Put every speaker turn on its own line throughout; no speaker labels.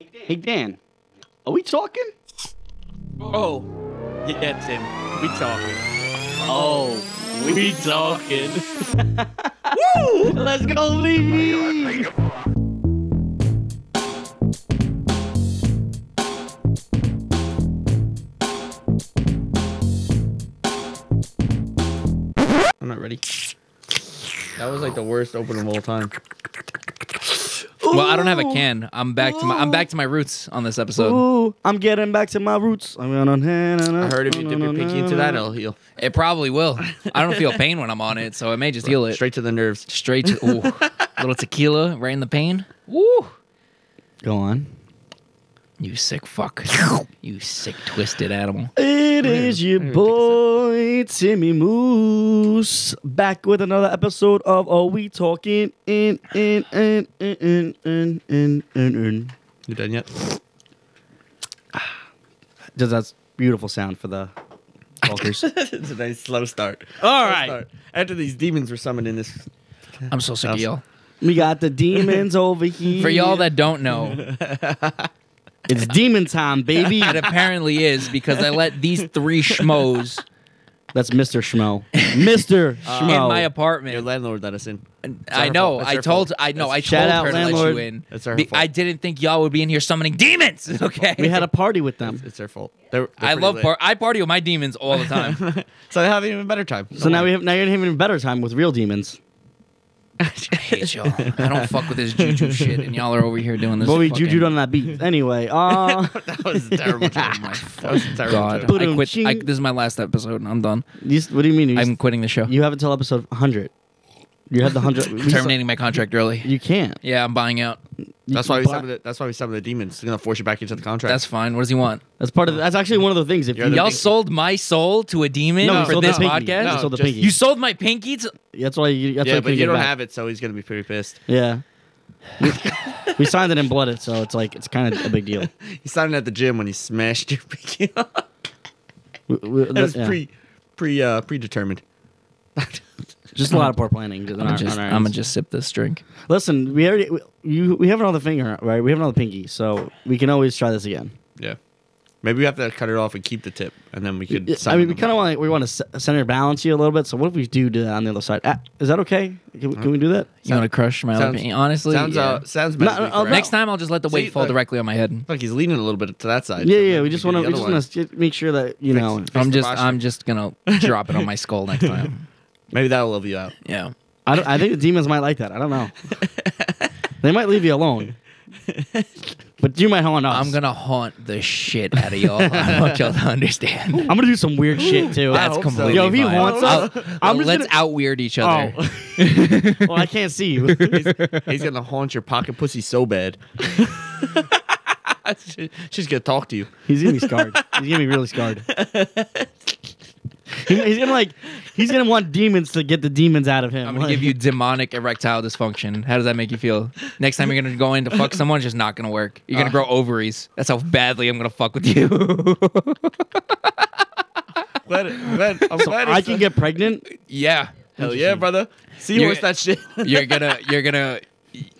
Hey Dan, are we talking?
Oh, yeah, that's him. We talking.
Oh,
We talking.
woo! Let's go, Levy.
I'm not ready. That was like the worst open of all time.
Well, I don't have a can. I'm back to my I'm back to my roots on this episode.
Ooh, I'm getting back to my roots. I'm gonna.
I
I
heard if you dip your pinky into that, it'll heal.
It probably will. I don't feel pain when I'm on it, so it may just heal it.
Straight to the nerves.
Straight to ooh. little tequila right in the pain. Woo!
Go on.
You sick fuck. You sick twisted animal.
It is your boy Timmy Moose back with another episode of Are We Talking? In in in in in in in in. in.
You done yet?
Does that beautiful sound for the talkers?
it's a nice slow start.
All
Slow start. After these demons were summoned in this,
I'm so sick of y'all.
we got the demons over here.
For y'all that don't know,
it's demon time, baby.
it apparently is because I let these three schmoes
That's Mr. Schmo. Mr. Schmo.
in my
your
apartment.
landlord let us in. It's
I
her
know.
fault. It's
I
her
told.
fault.
I know. I
Shout
told
out,
her to let
landlord.
you in.
That's her
Be-
fault.
I didn't think y'all would be in here summoning demons. Okay.
we had a party with them.
It's their fault. They're, they're
I
pretty
love
lit.
par- I party with my demons all the time.
so they have an even better time.
So now we have now you're gonna have an even better time with real demons.
I hate y'all. I don't fuck with this juju shit, and y'all are over here doing this.
But we
fucking-
jujued on that beat anyway. Uh,
that was a terrible. joke. that was a terrible.
God,
joke.
I quit. I,
Ba-dum-ching.
this is my last episode, and I'm done.
you, s- what do you mean? You, s-
I'm quitting the show.
you have until episode 100. You have the 100. we s-
Terminating my contract early.
You can't.
Yeah, I'm buying out.
That's why we
But-
summoned. The, that's why we summoned the demons. They're gonna force you back into the contract.
That's fine. What does he want?
That's part of. That's actually one of the things. If
You're
you,
the
Y'all
pinky.
sold my soul to a demon
no, we
for
sold
this
the pinky.
podcast.
we sold the
No, just-
pinky.
You sold my pinky to.
that's why. You, that's why
yeah, but
couldn't
you
get
don't
back.
have it, so he's gonna be pretty pissed.
Yeah. We, we signed it and blood it, so it's like it's kind of a big deal.
He signed at the gym when he smashed your pinky. that
We- we- that-
was
yeah.
pre, pre, uh, predetermined.
just a lot of poor planning.
I'm gonna just, I'm gonna just sip this drink.
Listen, we already we, you we have another finger, right? We have another pinky, so we can always try this again.
Yeah. Maybe we have to cut it off and keep the tip, and then we could.
Yeah, I
summon
mean, we
them
kind of
back.
want we want to center balance you a little bit. So what if we do do that on the other side? Ah, is that okay? Can we, can we do that?
You want to crush my other
sounds-
pinky? Honestly,
Sounds
yeah.
uh, sounds
No,
medically
no, no.
correct.
Next time, I'll just let the weight
See,
fall
look.
directly on my head.
Look, he's leaning a little bit to that side.
Yeah,
so
yeah.
maybe
We just
do
want to
the
we
other
just
one.
want to make sure that you know.
Fix
I'm
the
just,
posture.
I'm just gonna drop it on my skull next time.
Maybe that'll level you out.
Yeah.
I don't, I think the demons might like that. I don't know. they might leave you alone, but you might haunt us.
I'm gonna haunt the shit out of y'all. I want y'all to understand.
I'm gonna do some weird shit too.
That's
hope so.
completely
Oh, Yo, if he
fine.
haunts
I'll-
us, I'm just
let's
gonna-
out weird each other.
Oh. well, I can't see you.
He's, he's gonna haunt your pocket pussy so bad. She- She's gonna talk to you.
He's gonna be scarred. He's gonna be really scarred. He- he's gonna like. He's gonna want demons to get the demons out of him.
I'm gonna give
Like,
you demonic erectile dysfunction. How does that make you feel? Next time you're gonna go in to fuck someone, it's just not gonna work. You're
Uh.
gonna grow ovaries. That's how badly I'm gonna fuck with you.
Glad it- glad- I'm glad
I
it's-
can get pregnant.
yeah,
Hell yeah, brother. Seahorse that shit.
you're gonna, you're gonna,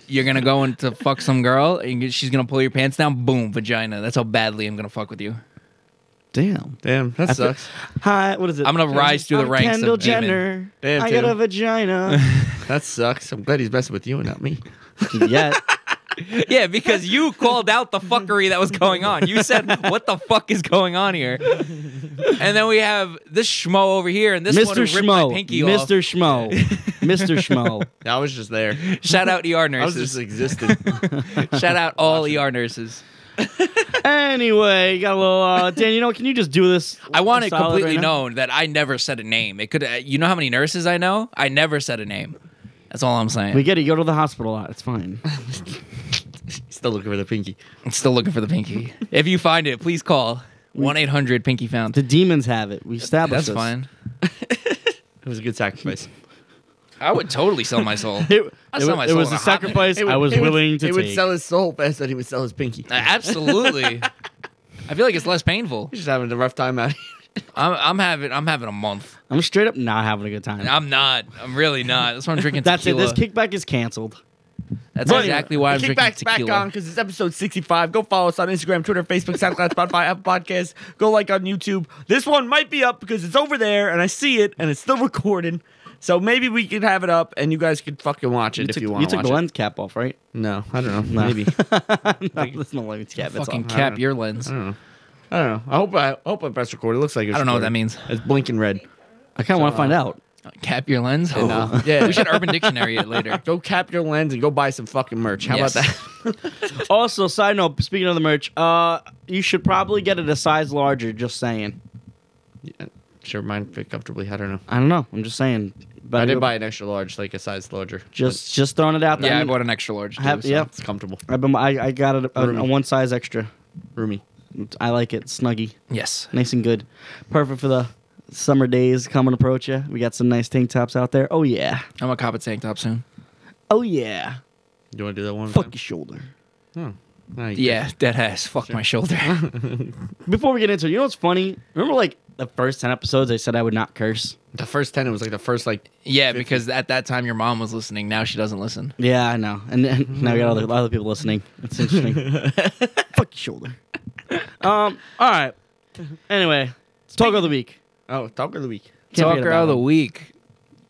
you're gonna go in to fuck some girl, and she's gonna pull your pants down. Boom, vagina. That's how badly I'm gonna fuck with you.
Damn.
Damn, that sucks.
Hi. What is it?
I'm gonna rise through the
I'm
ranks of
Kendall
demon.
Jenner.
Damn,
I got a
Tim.
vagina.
That sucks. I'm glad he's messing with you and not me.
yeah.
Yeah, because you called out the fuckery that was going on. You said, "What the fuck is going on here?" And then we have this schmo over here, and this one who
Mr.
ripped my
Schmo.
pinky off.
Mr. Schmo. Mr. Schmo.
I was just there.
Shout out ER
I was
nurses.
just existing.
Shout out all ER nurses.
Anyway, you got a little. Uh, Dan, you know, what? can you just do this?
I want it
solid
completely
right now?
known that I never said a name. It could, uh, you know, how many nurses I know? I never said a name. That's all I'm saying.
We get it. You go to the hospital a lot. It's fine.
Still looking for the pinky.
I'm still looking for the pinky. If you find it, please call one eight hundred Pinky Found.
The demons have it. We established
That's
this.
fine.
It was a good sacrifice.
I would totally sell my soul.
It,
I
it
sell
wa-
my
it
soul
was
in a
a
hot minute.
sacrifice I was
He would-
willing to
He
take.
would sell his soul faster than he would sell his pinky.
Uh, Absolutely. I feel like it's less painful.
He's just having a rough time out here.
I'm, I'm having I'm having a month.
I'm straight up not having a good time.
I'm not. I'm really not. That's why I'm drinking
That's it. This
tequila.
kickback is canceled.
That's
But
exactly why I'm
the
drinking
Kickback's
tequila.
back on because it's episode 65. Go follow us on Instagram, Twitter, Facebook, SoundCloud, Spotify, Apple Podcasts. Go like on YouTube. This one might be up because it's over there and I see it and it's still recording. So maybe we could have it up and you guys could fucking watch it
You
if
took,
you
you
want to
took
watch
the
it.
lens cap off, right?
No, I don't know.
No.
Maybe.
no, there's no lens cap. That's
Fucking
all.
cap your lens. I
I don't know. I hope I hope I press record. It looks like it's
don't know what that
recorded.
means.
It's blinking red.
I kind of want to find out.
Cap your lens. Oh.
And, uh, yeah,
We should Urban Dictionary it later.
go cap your lens and go buy some fucking merch. How
Yes.
about that?
Also, side note. Speaking of the merch, uh, you should probably get it a size larger. Just saying.
Sure, mine fit comfortably. I don't know.
I don't know. I'm just saying. But
I did buy an extra large, like a size larger.
Just, just throwing it out there.
Yeah, I
mean,
bought an extra large. Too,
have-
so.
yeah.
It's comfortable.
I've been, I, I got it a,
Roomy.
a one size extra.
Roomy.
I like it. Snuggy.
Yes.
Nice and good. Perfect for the summer days coming approach you. We got some nice tank tops out there. Oh, yeah.
I'm gonna cop a tank top soon.
Oh, yeah.
Do you want to do that one?
Fuck your shoulder.
Yeah, dead ass. Fuck my shoulder.
Before we get into it, you know what's funny? Remember, like, the first 10 episodes, I said I would not curse?
The first ten, it was like the first like
yeah, because at that time your mom was listening. Now she doesn't listen.
Yeah, I know. And then now we got all the, lot of people listening. It's interesting. Fuck your shoulder. Um, all right. Anyway, talk of the week.
oh talk of the week.
Can't forget
Talker of
about
the
it.
week.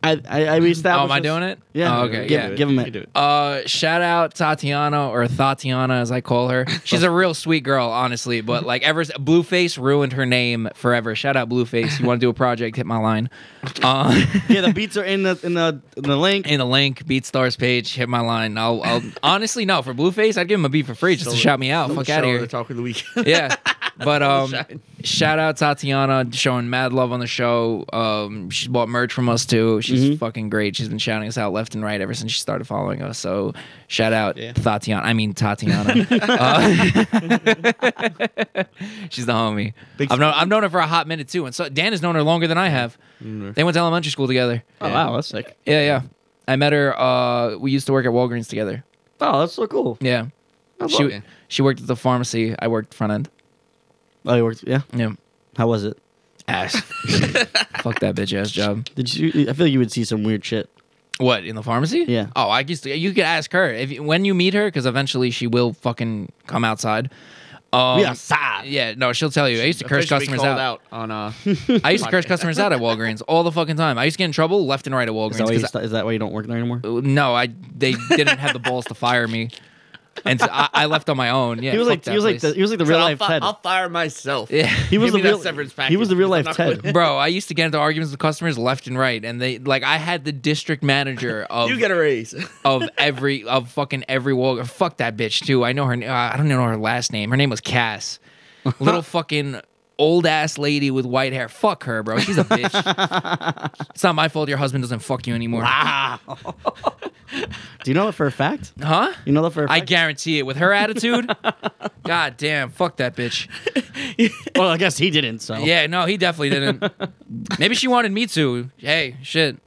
I, I, I reestablished.
Oh, am I
this.
doing it?
Yeah.
Oh, okay.
Give-
Yeah.
give 'em it.
Uh, shout out Tatiana or Tatiana as I call her. She's a real sweet girl, honestly. But like ever, s- Blueface ruined her name forever. Shout out Blueface. You want to do a project? Hit my line. Uh,
Yeah, the beats are in the in the in the link.
in the link BeatStars page. Hit my line. I'll, I'll honestly no for Blueface. I'd give him a beat for free just to shout me out. Fuck out of here.
The talk of the week.
yeah. But um,
shine.
shout out Tatiana showing mad love on the show. Um, she bought merch from us too. She's
Mm-hmm.
fucking great. She's been shouting us out left and right ever since she started following us. So shout out Tatiana. I mean Tatiana. Uh, she's the homie.
Big
I've known I've known her for a hot minute too, and so Dan has known her longer than I have.
Mm-hmm.
They went to elementary school together.
Oh wow, that's sick.
Yeah, yeah. I met her. Uh, we used to work at Walgreens together.
Oh, that's so cool.
Yeah. She,
Walgreens.
she worked at the pharmacy. I worked front end.
Oh, you worked. Yeah.
Yeah.
How was it?
ass. Fuck that bitch ass job.
Did you? I feel like you would see some weird shit.
What in the pharmacy?
Yeah.
Oh, I used to. You could ask her if you- when you meet her, because eventually she will fucking come outside. Um,
We outside.
Yeah. No, she'll tell you. I used to curse
Officially
customers
called
out.
out on uh.
I used to curse customers out at Walgreens all the fucking time. I used to get in trouble left and right
Is that,
at
why
Walgreens.
you,
'cause
st- is that why you don't work there anymore?
I- no, I they didn't have the balls to fire me, and so I, I left on my own. Yeah.
he was
fuck
like
that
he was like
place.
the, he was like the
Said,
real
I'll
life
fi-
Ted.
I'll fire myself.
yeah.
He was the
Give me that
real
severance
he was the
package.
real life
I'm not
Ted.
quitting.
Bro, I used to get into arguments with customers left and right, and they like I had the district manager of
You get a raise.
of every of fucking every wall. Fuck that bitch too. I know her. Uh, I don't even know her last name. Her name was Cass. Little fucking old ass lady with white hair. Fuck her, bro. She's a bitch. it's not my fault. Your husband doesn't fuck you anymore. Ah,
Do you know that for a fact?
Huh?
You know that for a
I
fact?
guarantee it. With her attitude, god damn, fuck that bitch.
well, I guess he didn't. So
Yeah, no, he definitely didn't. Maybe she wanted me to. Hey, shit.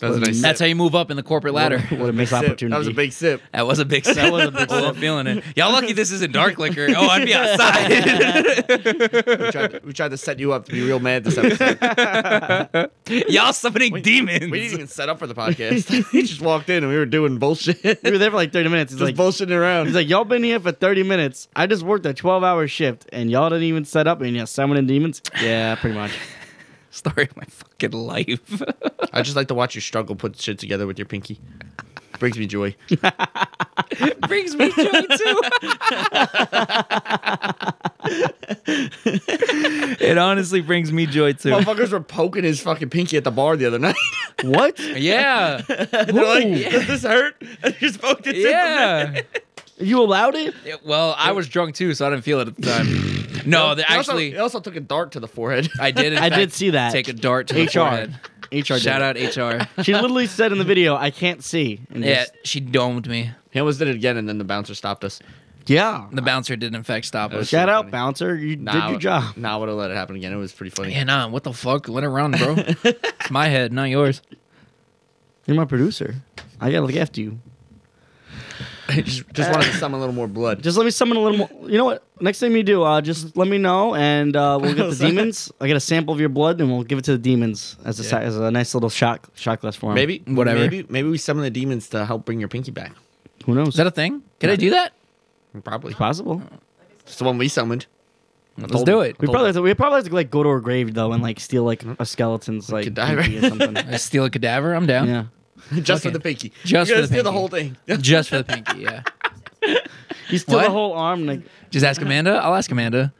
That's what I
That's how you move up in the corporate ladder.
what a missed opportunity.
That was a big sip.
That was a big sip. That was a big sip. I'm feeling it. Y'all lucky this isn't dark liquor. Oh, I'd be outside.
We tried, to, we tried to set you up to be real mad this episode.
Y'all summoning demons.
we didn't even set up for the podcast. he just walked in and we were doing bullshit. just
we were there for like thirty minutes. He's like,
bullshitting around.
he's like, y'all been here for thirty minutes. I just worked a twelve-hour shift, and y'all didn't even set up, and you're summoning demons. Yeah, pretty much.
Story of my fucking life.
I just like to watch you struggle put shit together with your pinky. Brings me joy.
Brings me joy too. it honestly brings me joy too.
Motherfuckers were poking his fucking pinky at the bar the other night.
what?
Yeah.
They're like, does this hurt? And you just poked his
Yeah.
You allowed it?
Yeah, Well, I was drunk too, so I didn't feel it at the time. No, the,
He also- he
actually,
also, took a dart to the forehead.
I did. in
I did
fact,
see that.
Take a dart to the
HR.
forehead.
HR.
Shout out HR.
She literally said in the video, "I can't see." And
Yeah,
just-
she domed me.
He almost did it again, and then the bouncer stopped us.
yeah.
The bouncer did in fact stop us.
Shout
so
out,
funny.
bouncer. You did
I
your
would-
job.
Nah, I would have let it happen again. It was pretty funny.
Yeah, nah, uh, what the fuck? Let it run, bro. it's my head, not yours.
You're my producer. I gotta look after you.
just, just wanted to summon a little more blood.
Just let me summon a little more. You know what? Next thing we do, uh, just let me know, and uh, we'll get the demons. I get a sample of your blood, and we'll give it to the demons as a si- as a nice little shot shot glass for 'em.
maybe
Whatever.
Maybe maybe we summon the demons to help bring your pinky back.
who knows?
Is that a thing? Can I do that?
Probably.
possible?
It's the one we summoned.
Let's do it.
We probably have to, we probably have to like go to her grave though, and like steal like a skeleton's like
cadaver.
pinky or something.
I steal a cadaver. I'm down.
yeah.
just for
Okay.
the pinky.
Just
We're
for
gonna
the
steal the
pinky.
whole thing.
Just for the pinky. Yeah.
You steal
What?
the whole arm. Like,
Just ask Amanda. I'll ask Amanda.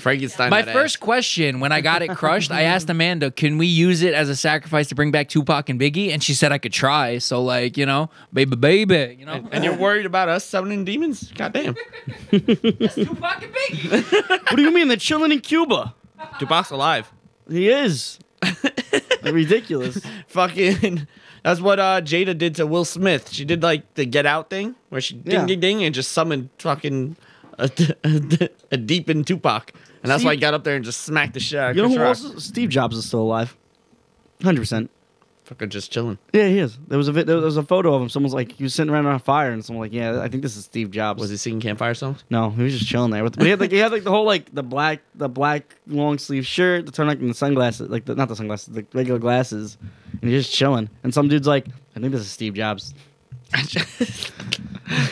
Frankenstein.
My
that
first
ass.
question when I got it crushed, I asked Amanda, "Can we use it as a sacrifice to bring back Tupac and Biggie?" And she said I could try. So like, you know, baby, baby, you know,
And you're worried about us summoning demons? Goddamn.
Tupac and Biggie.
what do you mean? They're chilling in Cuba.
Tupac's alive.
He is. Ridiculous.
Fucking. That's what uh, Jada did to Will Smith. She did like the Get Out thing, where she ding
Yeah.
ding ding and just summoned fucking a, a, a deep in Tupac, and that's why he
See-
got up there and just smacked the shit out. Of
You know
Chris
who
Rock.
else? is- Steve Jobs is still alive. Hundred percent.
Fucking just chilling.
Yeah, he is. There was a vi- there was a photo of him. Someone's like he was sitting around on a fire, and someone like, yeah, I think this is Steve Jobs.
Was he singing campfire songs?
No, he was just chilling there. With, but he had like he had like the whole like the black the black long sleeve shirt, the turtleneck, and the sunglasses. Like the, not the sunglasses, the regular glasses. And he's just chilling. And some dude's like, I think this is Steve Jobs.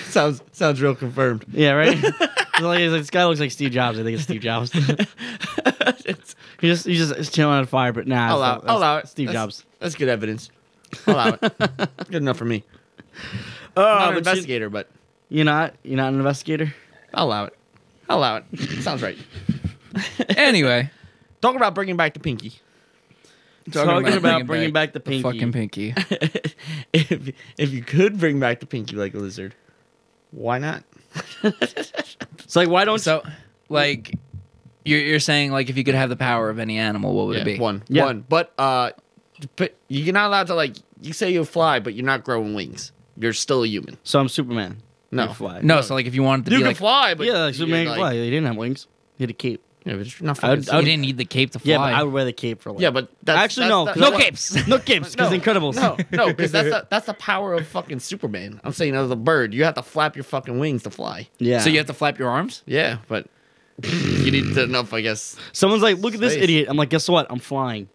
sounds sounds real confirmed.
Yeah, right. He's like, he's like, this guy looks like Steve Jobs. I think it's Steve Jobs. he
It's-
just he's just is chilling on a fire, but nah,
I'll
it's
allow,
not-
I'll
that's
allow it.
Steve
That's-
Jobs.
That's good evidence. I'll allow it. good enough for me.
Oh,
I'm an investigator, but
You, are not you're not an investigator.
I'll allow it. I'll allow it. Sounds right.
Anyway,
Talking about bringing back the pinky.
Talking, about, bringing, back, the
the
pinky.
fucking pinky.
if if you could bring back the pinky like a lizard, why not?
It's like why don't
So, like, you're you're saying like if you could have the power of any animal, what would it be?
One,
Yeah.
one. But uh, but you're not allowed to like. You say you fly, but you're not growing wings. You're still a human.
so I'm Superman.
No.
You fly.
No, so like if you wanted to
You
be
can
like,
fly, but
yeah, like
you're,
Superman can
like-
fly. He didn't have wings. He had a cape.
Yeah, but you're not
I would-
fucking
I
you
would-
didn't need the cape to fly.
Yeah, but I would wear the cape for like.
Yeah, but that's,
Actually,
that's
no,
not-
'cause I
no
want-
capes.
No capes, because
No,
Incredibles.
No, no, because that's the, that's the power of fucking Superman. I'm saying as a bird, you have to flap your fucking wings to fly.
Yeah.
So you have to flap your arms.
Yeah, but you need to enough, I guess.
Someone's like, look at this
Space.
idiot. I'm like, guess what? I'm flying.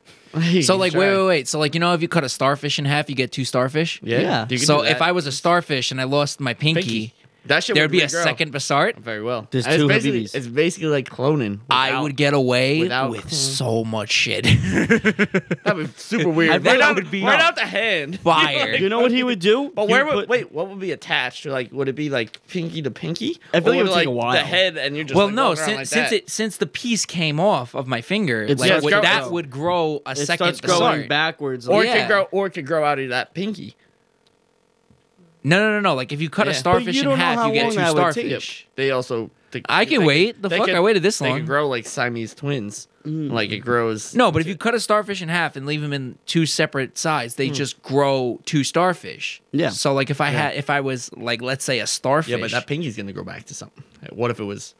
So like, wait, wait, wait. So like, you know, if you cut a starfish in half, you get two starfish.
Yeah.
Yeah.
you can
So
do
if
that.
I was a starfish and I lost my pinky,
Pinky. that shit
there would be a
regrow.
second Bassart.
Very well.
There's
And it's
two
basically,
Habibis.
It's basically like cloning.
I
without-
would get away
without- Mm-hmm.
with so much shit.
That would be super weird.
bet
right
that
out,
would be-
right
no.
out the hand.
Fire.
You know what he would do?
But
He
where would
put-
wait? What would be attached? Like, would it be like pinky to pinky?
I feel like it would
Or
take
like
a while.
The head and you're just
well,
like,
no,
walking around
since,
like
since
that.
it since the piece came off of my finger,
It
like,
starts
would-
growing.
that would grow a
It
second
starts growing
Bassart.
backwards.
or
like-
it
Yeah.
could grow, or it could grow out of that pinky.
No, no, no, no. Like if you cut
Yeah.
a
But
starfish
you
in
don't know
half,
how
you get
long
two
that would take.
starfish.
They also. They,
I can
they-
wait. The
they
fuck, I waited this
they
long.
could grow like Siamese twins. Like it grows.
No, but if you cut a starfish in half and leave them in two separate sides,
Hmm.
they just grow two starfish.
Yeah.
So like if I had if I was like let's say a starfish.
Yeah, but that pinky's gonna grow back to something. What if it was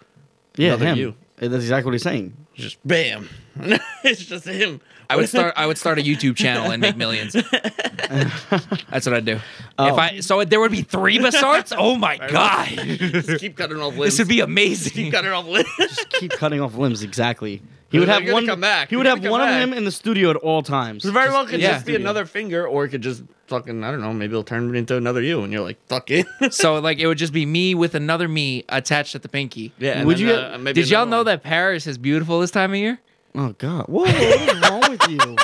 yeah,
another
him.
you.
That's exactly what he's saying.
just bam? it's just him.
I would start. I would start a YouTube channel and make millions. That's what I'd do. If
Oh.
I so there would be three Basarts. Oh my god,
Just keep cutting off limbs.
this would be
keep
amazing.
cutting off limbs.
Keep cutting off limbs. Exactly. He would
They're
have
gonna
one.
come back.
He would
They're
have
gonna
one
come
of
back.
them in the studio at all times.
It very well could
yeah.
just be another finger, or it could just fucking I don't know. Maybe it'll turn it into another you, and you're like, fuck it.
So like it would just be me with another me attached at the pinky.
yeah. and
Would
then,
you-
uh, maybe
Did y'all
another
know
one.
that Paris is beautiful this time of year?
Oh God! Whoa! What is wrong with you?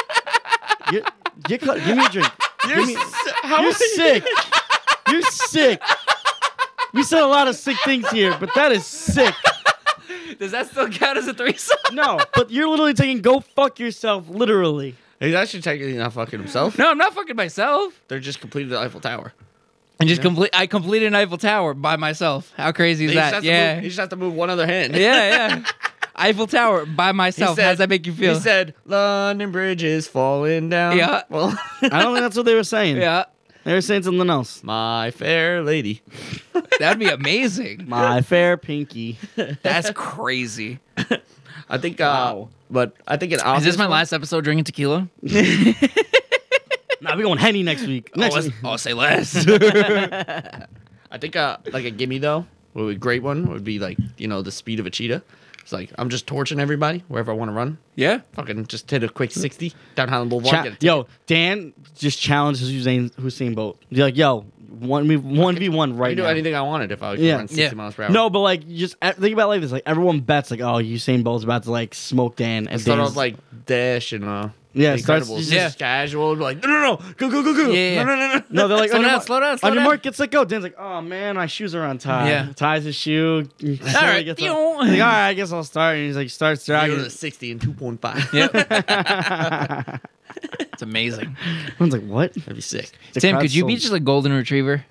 you, you cut, give me a drink. Give me- You're, sick. You're sick. We said a lot of sick things here, but that is sick.
Does that still count as a threesome?
No, but you're literally taking "go fuck yourself" literally.
He's actually technically not fucking himself.
No, I'm not fucking myself.
They're just completed the Eiffel Tower.
And just complete. I completed an Eiffel Tower by myself. How crazy is
He just, has
that?
to move,
Yeah,
he just has to move one other hand.
yeah, yeah. Eiffel Tower by
He
myself. How does that make you feel?
He said, "London Bridge is falling down."
Yeah.
Well,
I don't think that's what they were saying.
yeah,
They were saying something else.
my fair lady.
that'd be amazing.
My fair pinky.
That's crazy.
I think. Uh,
Wow.
But I think it.
Is this my last episode drinking tequila?
Nah, we going henny next week.
Oh,
Next
let's-
week.
oh, say less.
I think uh, like a gimme though, would be a great one would be like you know the speed of a cheetah. It's like I'm just torching everybody wherever I want to run.
Yeah.
Fucking just hit a quick sixty down Highland Boulevard.
Cha-
get a ticket.
yo, Dan just challenged Hussein Hussein Bolt. Be like, yo, one v one v one
I
right
could do
now.
anything I wanted if I was
Yeah.
run sixty
Yeah.
miles per hour.
No, but like, you just uh, think about it like this. Like everyone bets, like, oh, Usain Bolt's about to like smoke Dan.
I
And
started
Dan's-
off like Dash and uh,
Yeah, it
The
starts-
Incredibles.
yeah.
just casual. Like no, no, no, go, go, go, go.
Yeah,
No,
yeah.
no, no, no.
no, they're like
Slow
on your
down,
mar-
slow down, slow
on your
down.
mark, gets like go. Dan's like, oh man, my shoes are untied.
Yeah.
ties his shoe. All
right.
He's like, all right, I guess I'll start. And he's like, starts
Zero
jogging.
to sixty and two point five.
Yep. it's amazing.
Everyone's like, what?
That'd be sick.
The
Tim,
crowd's
could you
so-
be just a golden retriever?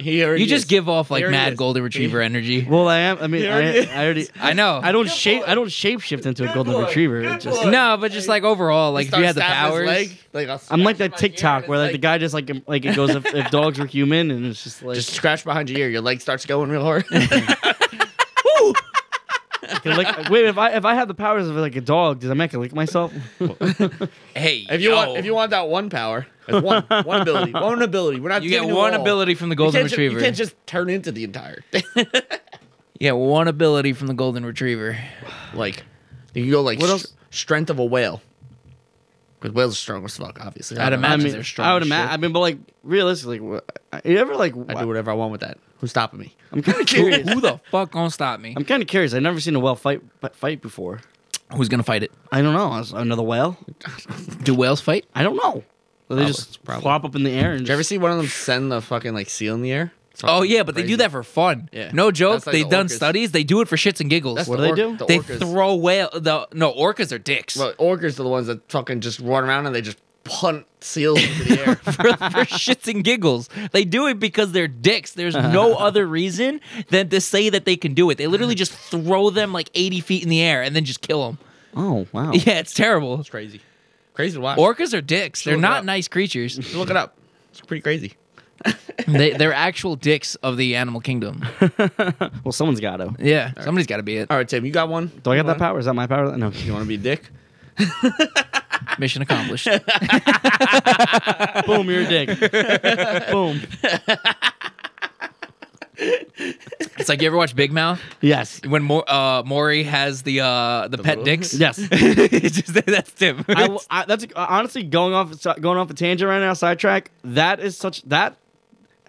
You just give off like
There he
mad
is.
golden retriever energy.
Well, I am. I mean,
He
I,
already
I already.
I know.
I don't shape. I don't shape shift into a
Good
golden
boy,
retriever.
good
It just,
boy.
No, but just like overall, like if you had the powers.
like I'll
I'm like that
scratch behind your ear
TikTok
and
where like,
it's
the guy just like like it goes if, if dogs were human and it's just like
just scratch behind your ear. Your leg starts going real hard.
Can I lick- wait if I if I had the powers of like a dog, does I make a lick myself?
Hey,
if you
yo,
want, if you want that one power, that's one one ability, one ability. We're not.
you get
giving
one
all.
ability from the
You
golden
can't ju-
retriever.
you can't just turn into the entire. thing.
You get one ability from the golden retriever.
like you can go like
What
str-
else?
strength of a whale. Because whales are strong as fuck, obviously. I
I'd
don't know.
I
imagine
mean,
they're strong.
I would
as
imagine. I mean, but like realistically, wha- you ever like?
I do whatever I want with that. Who's stopping me?
I'm kind of
shit.
curious.
Who, who the fuck gonna stop me?
I'm kind of curious. I've never seen a whale fight but fight before.
Who's gonna fight it?
I don't know. Is Another whale?
Do whales fight?
I don't know. They
Probably,
just
probably.
plop up in the air and
Did you ever
just-
see one of them send the fucking like seal in the air? It's
Oh
fucking
yeah, but they
crazy.
do that for fun.
Yeah.
No joke.
That's like
They've
the
done
orcas.
studies. They do it for shits and giggles.
That's
What
the
do
orc-
they do?
The
they
orcas.
throw whale. The no orcas are dicks.
Well, orcas are the ones that fucking just run around and they just punt seals into the air.
for, for shits and giggles. They do it because they're dicks. There's no other reason than to say that they can do it. They literally just throw them like 80 feet in the air and then just kill them.
Oh wow.
Yeah, it's terrible.
It's crazy. Crazy to watch.
Orcas are dicks. They're
Look it
not
up.
nice creatures.
Just look it up. It's pretty crazy.
they, they're actual dicks of the animal kingdom.
Well, someone's got to.
Yeah, somebody's got to be it.
All right, Tim, you got one?
Do I
You
got that
want-
power? Is that my power? No.
You want to be a dick?
Mission accomplished.
Boom, you're a dick. Boom.
it's like you ever watch Big Mouth
Yes.
when Mo- uh, Maury has the uh, the, pet
little-
dicks.
Yes.
It's just- that's Tim.
I, I, that's honestly going off going off a tangent right now, sidetrack. That is such that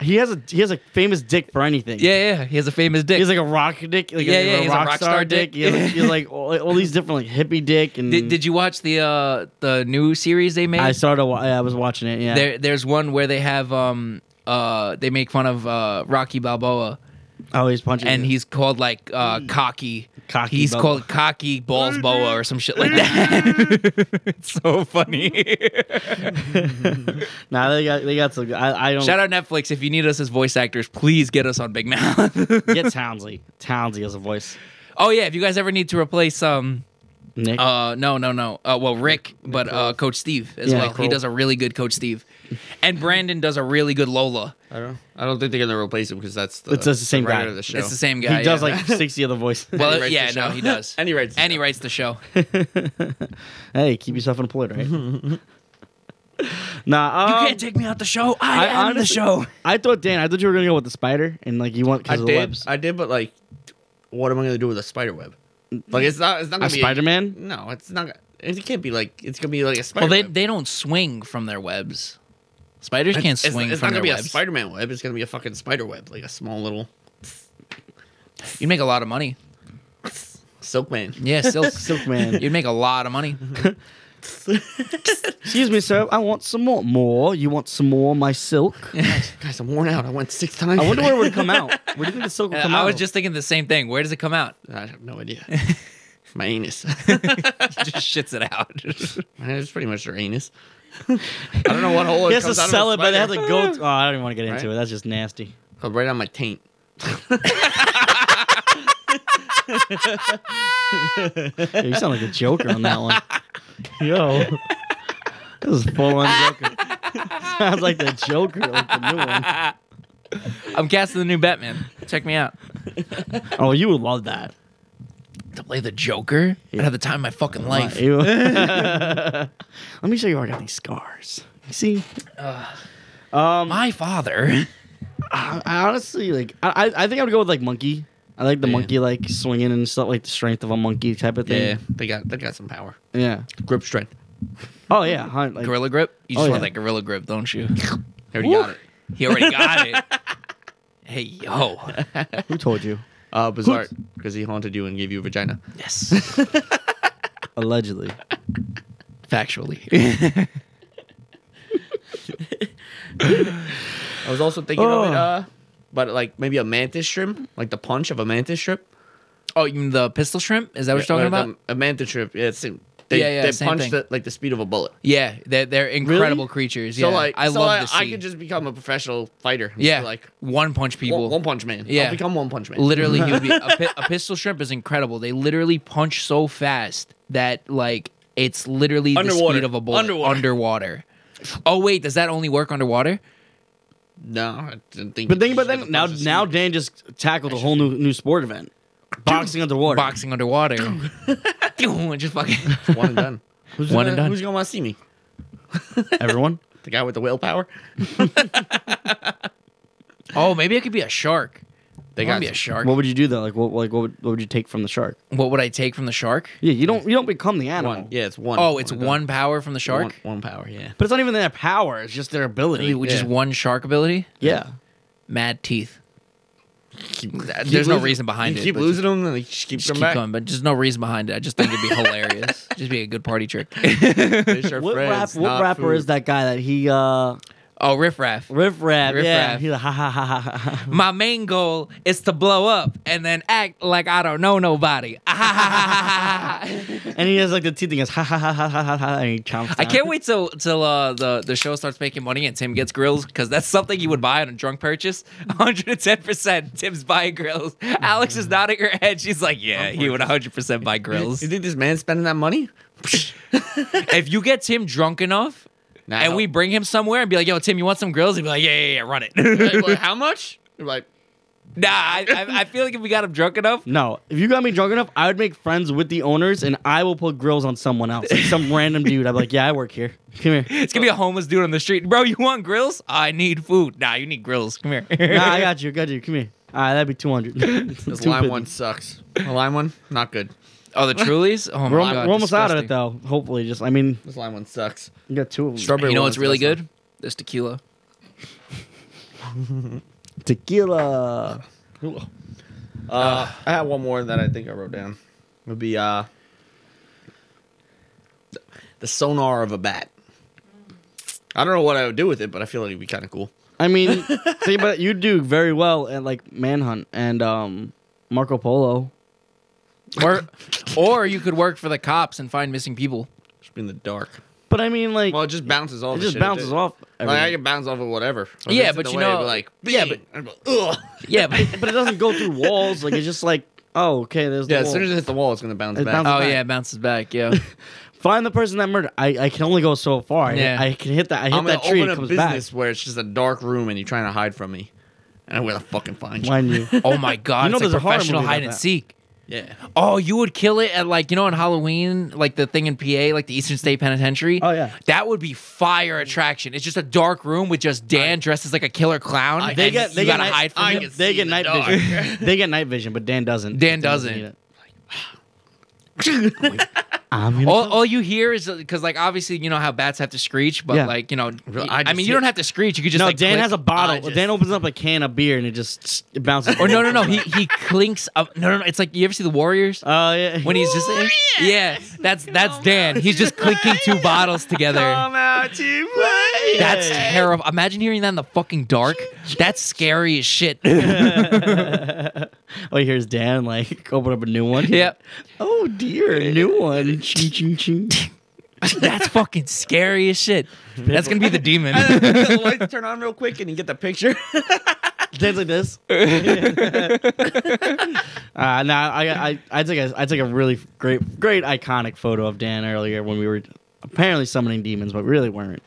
he has a he has a famous dick for anything.
yeah, yeah. He has a famous dick.
He's like a rock dick, like
Yeah,
a,
yeah,
a
he's a
rock
rock
star,
star
dick.
dick.
He has, like- he has, like all, all these different like hippie dick and
did, did you watch the uh, the new series they made?
mm. I started. wa- yeah, I was watching it. Yeah,
There, there's one where they have um uh they make fun of uh Rocky Balboa
oh, he's punching.
and he's called like uh cocky.
Mm. Cocky
He's
Balboa.
called cocky balls boa or some shit like that. it's so funny.
nah. They got they got some. I, I don't.
Shout out Netflix if you need us as voice actors, please get us on Big Mouth.
Get Townsley. Townsley has a voice.
oh yeah, if you guys ever need to replace um
Nick.
Uh, no, no, no. Uh, well, Rick, but uh, Coach Steve as
Yeah,
well.
Kroll.
He does a really good Coach Steve, and Brandon does a really good Lola.
I don't. I don't think they're gonna replace him because that's the,
It's just the same
writer
guy.
Of the show.
It's the same
he
guy.
does
yeah.
like sixty other voices.
And he
Well,
writes
yeah,
the
no,
show.
he does.
And he writes the
And he
show.
writes the show.
hey, keep yourself employed, right? nah, um,
you can't take me out the show.
I
I, am the
honestly-
show.
I thought Dan. I thought you were gonna go with the spider and like you want
I
because of the
did.
webs.
I did, but like, what am I gonna do with a spider web? Like, it's not. It's not gonna
A
be
Spider Man.
No, it's not. It can't be like. It's gonna be like a spider.
Well, they
web.
they don't swing from their webs. Spiders can't
It's,
swing
it's not
from
gonna
their
be a
webs.
Spider Man web. It's gonna be a fucking spider web, like a small little
You'd make a lot of money.
silk man.
Yeah, silk,
Silkman.
You'd make a lot of money.
Excuse me, sir. I want some more. More. You want some more? My silk.
Guys, I'm worn out. I went six times.
I wonder where it would come out. Where do you think the silk would
Uh,
come out?
I was
of?
just thinking the same thing. Where does it come out?
I have no idea. My anus.
Just shits it out.
it's pretty much their anus. I don't know what hole
He
it
has to
comes out of a
sell it, but they have to
spider.
go. oh, I don't even want to get into
Right?
it. That's just nasty.
Comes Oh, right on my taint.
Yo, you sound like a Joker on that one. Yo, this is full on Joker. Sounds like the Joker, like the new one.
I'm casting the new Batman. Check me out.
Oh, you would love that.
To play the Joker, I'd have the time of my fucking life.
You- Let me show you where I got these scars. You see? Um,
My father.
I, I honestly like. I I- I think I would go with like monkey. I like the
Yeah.
monkey like swinging and stuff, like the strength of a monkey type of
Yeah,
thing.
they got they got some power,
Yeah.
grip strength.
Oh yeah. hun- Like,
gorilla grip. You just
Oh,
want
yeah.
that gorilla grip, don't you?
They already got
Woo.
it.
He already got it. Hey yo,
who told you?
Uh, Bizarre, because he haunted you and gave you a vagina.
yes,
Allegedly.
factually.
I was also thinking of it,
Oh.
uh, but like maybe a mantis shrimp, like the punch of a mantis shrimp.
Oh, you mean the pistol shrimp? Is that what you're talking
Or
about?
the- a mantis shrimp. Yeah, it's, they,
Yeah, yeah,
they
same
punch
thing.
the, like the speed of a bullet.
Yeah, they're, they're incredible creatures. Yeah,
so like,
I
so
love
I,
the sea.
I could just become a professional fighter. and just
yeah,
be
like
like
one punch people.
one, one punch man.
Yeah.
I'll become one punch man.
literally, he would be, a, pi- a pistol shrimp is incredible. They literally punch so fast that like it's literally the
Underwater.
speed of a bullet
Underwater.
underwater. Oh wait, does that only work underwater?
no, I didn't think.
But
you
think about
should have
that.
a
Now,
bunch of
now
sea-
Dan just tackled a whole new new sport event, boxing underwater.
Boxing underwater. just fucking.
one and done. Who's
One
gonna,
and done.
Who's gonna want to see me?
Everyone.
The guy with the willpower.
Oh, maybe I could be a shark. They
got
gotta be
you.
a shark.
What would you do though? Like what? Like what? Would, what would you take from the shark?
What would I take from the shark?
Yeah, you don't. You don't become the animal.
One. Yeah, it's one.
Oh, it's
and done.
one power from the shark.
One, one power. Yeah.
But it's not even their power. It's just their ability.
Which is
Yeah.
one shark ability.
yeah.
Mad teeth. There's
Keep
no
losing-
reason behind
you
it.
Keep
but
losing them, and they just keep
Just
coming
keep
back.
going, but just no reason behind it. I just think it'd be hilarious. Just be a good party trick.
Fish are
What, rap,
friends,
what
not
rapper
food.
is that guy that he uh
oh, riff raff.
riff rap?
Riff
yeah,
Raff.
he's like ha ha ha ha, ha ha.
My main goal is to blow up and then act like I don't know nobody. I
And he has like the teeth thing is ha ha ha ha ha ha, ha, and he chomps. down.
can't wait till till uh, the the show starts making money and Tim gets grills because that's something you would buy on a drunk purchase. 110 percent. Tim's buying grills. Alex is nodding her head. She's like, yeah, he would 100 percent buy grills.
You think this man's spending that money?
if you get Tim drunk enough
Nah,
and
how-
we bring him somewhere and be like, yo, Tim, you want some grills? He'd be like, yeah, yeah, yeah, run it.
Like, how much? You're like,
nah, I, I, I feel like if we got him drunk enough,
No, if you got me drunk enough, I would make friends with the owners, and I will put grills on someone else, like some random dude. I'm like, yeah, I work here. Come here.
it's gonna be a homeless dude on the street. Bro, you want grills? I need food. Nah, you need grills. Come here.
Nah, I got you. Got you. Come here. All right, that'd be two hundred.
this lime one sucks. The lime one, not good.
oh, the Trulies? Oh my
We're, al-
god,
we're almost out of it
disgusting.
though. Hopefully, just I mean,
This lime one sucks.
you got two of them.
Strawberry
You know
one
what's
is the
really
best
good? This tequila.
Tequila.
one. Uh, I had one more that I think I wrote down. It would be uh, the sonar of a bat. I don't know what I would do with it, but I feel like it'd be kind of cool.
I mean, think about it. You do very well at like Manhunt and um, Marco Polo.
Or or you could work for the cops and find missing people.
Just be in the dark.
But I mean, like,
Well, it just bounces off.
it
the
just
shit
bounces
did.
off.
Like I
everything.
can bounce off of whatever. If it's
Yeah,
in
but
the
you
way, I'd
know-
be like,
yeah,
"Bing!" I'd be like, ugh.
Yeah, but
but it doesn't go through walls. Like it's just like, oh, okay, there's the
Yeah, as
wall.
soon as it hits the wall, it's gonna bounce
It
back.
bounces-
oh yeah, it bounces back. Yeah.
Find the person that murdered. I, I can only go so far.
Yeah.
I, I can hit that. I hit
I'm gonna
that tree.
open
It
a
comes
business where it's just a dark room and you're trying to hide from me, and I'm gonna fucking find
back.
you.
Mind you.
Oh my god,
You know
it's
there's a
like
horror
professional
movie about
hide and
that.
seek.
Yeah.
Oh, you would kill it at like you know on Halloween, like the thing in PA, like the Eastern State Penitentiary.
Oh, yeah.
that would be fire attraction. It's just a dark room with just Dan dressed as like a killer clown.
I-
They
and
get they
you
get
gotta
night,
hide from
I
him.
can
they
see
get
the
night
dog.
vision. they get night vision, but Dan doesn't.
Dan doesn't.
need it. I'm gonna
All, all you hear is because like obviously you know how bats have to screech, but
Yeah.
like you know,
I
I,
just
mean
hit-
you don't have to screech. You could just
no,
like
Dan
click.
has a bottle.
just-
Dan opens up a can of beer and it just it bounces.
Or Oh, no, no, no. He he clinks. Up. No, no, no. It's like you ever see the Warriors
Oh yeah.
when he's just yeah. That's that's Dan. He's just clinking two bottles together.
out to play.
That's terrible. Imagine hearing that in the fucking dark. That's scary as shit.
oh, here's Dan like open up a new one.
yep.
Oh dear, a new one. Ching, ching, ching.
That's fucking scary as shit. That's gonna be the demon.
the lights turn on real quick and you get the picture.
Dan's like this. uh, no, I, I, I took a, I took a really great, great iconic photo of Dan earlier when we were apparently summoning demons, but really weren't.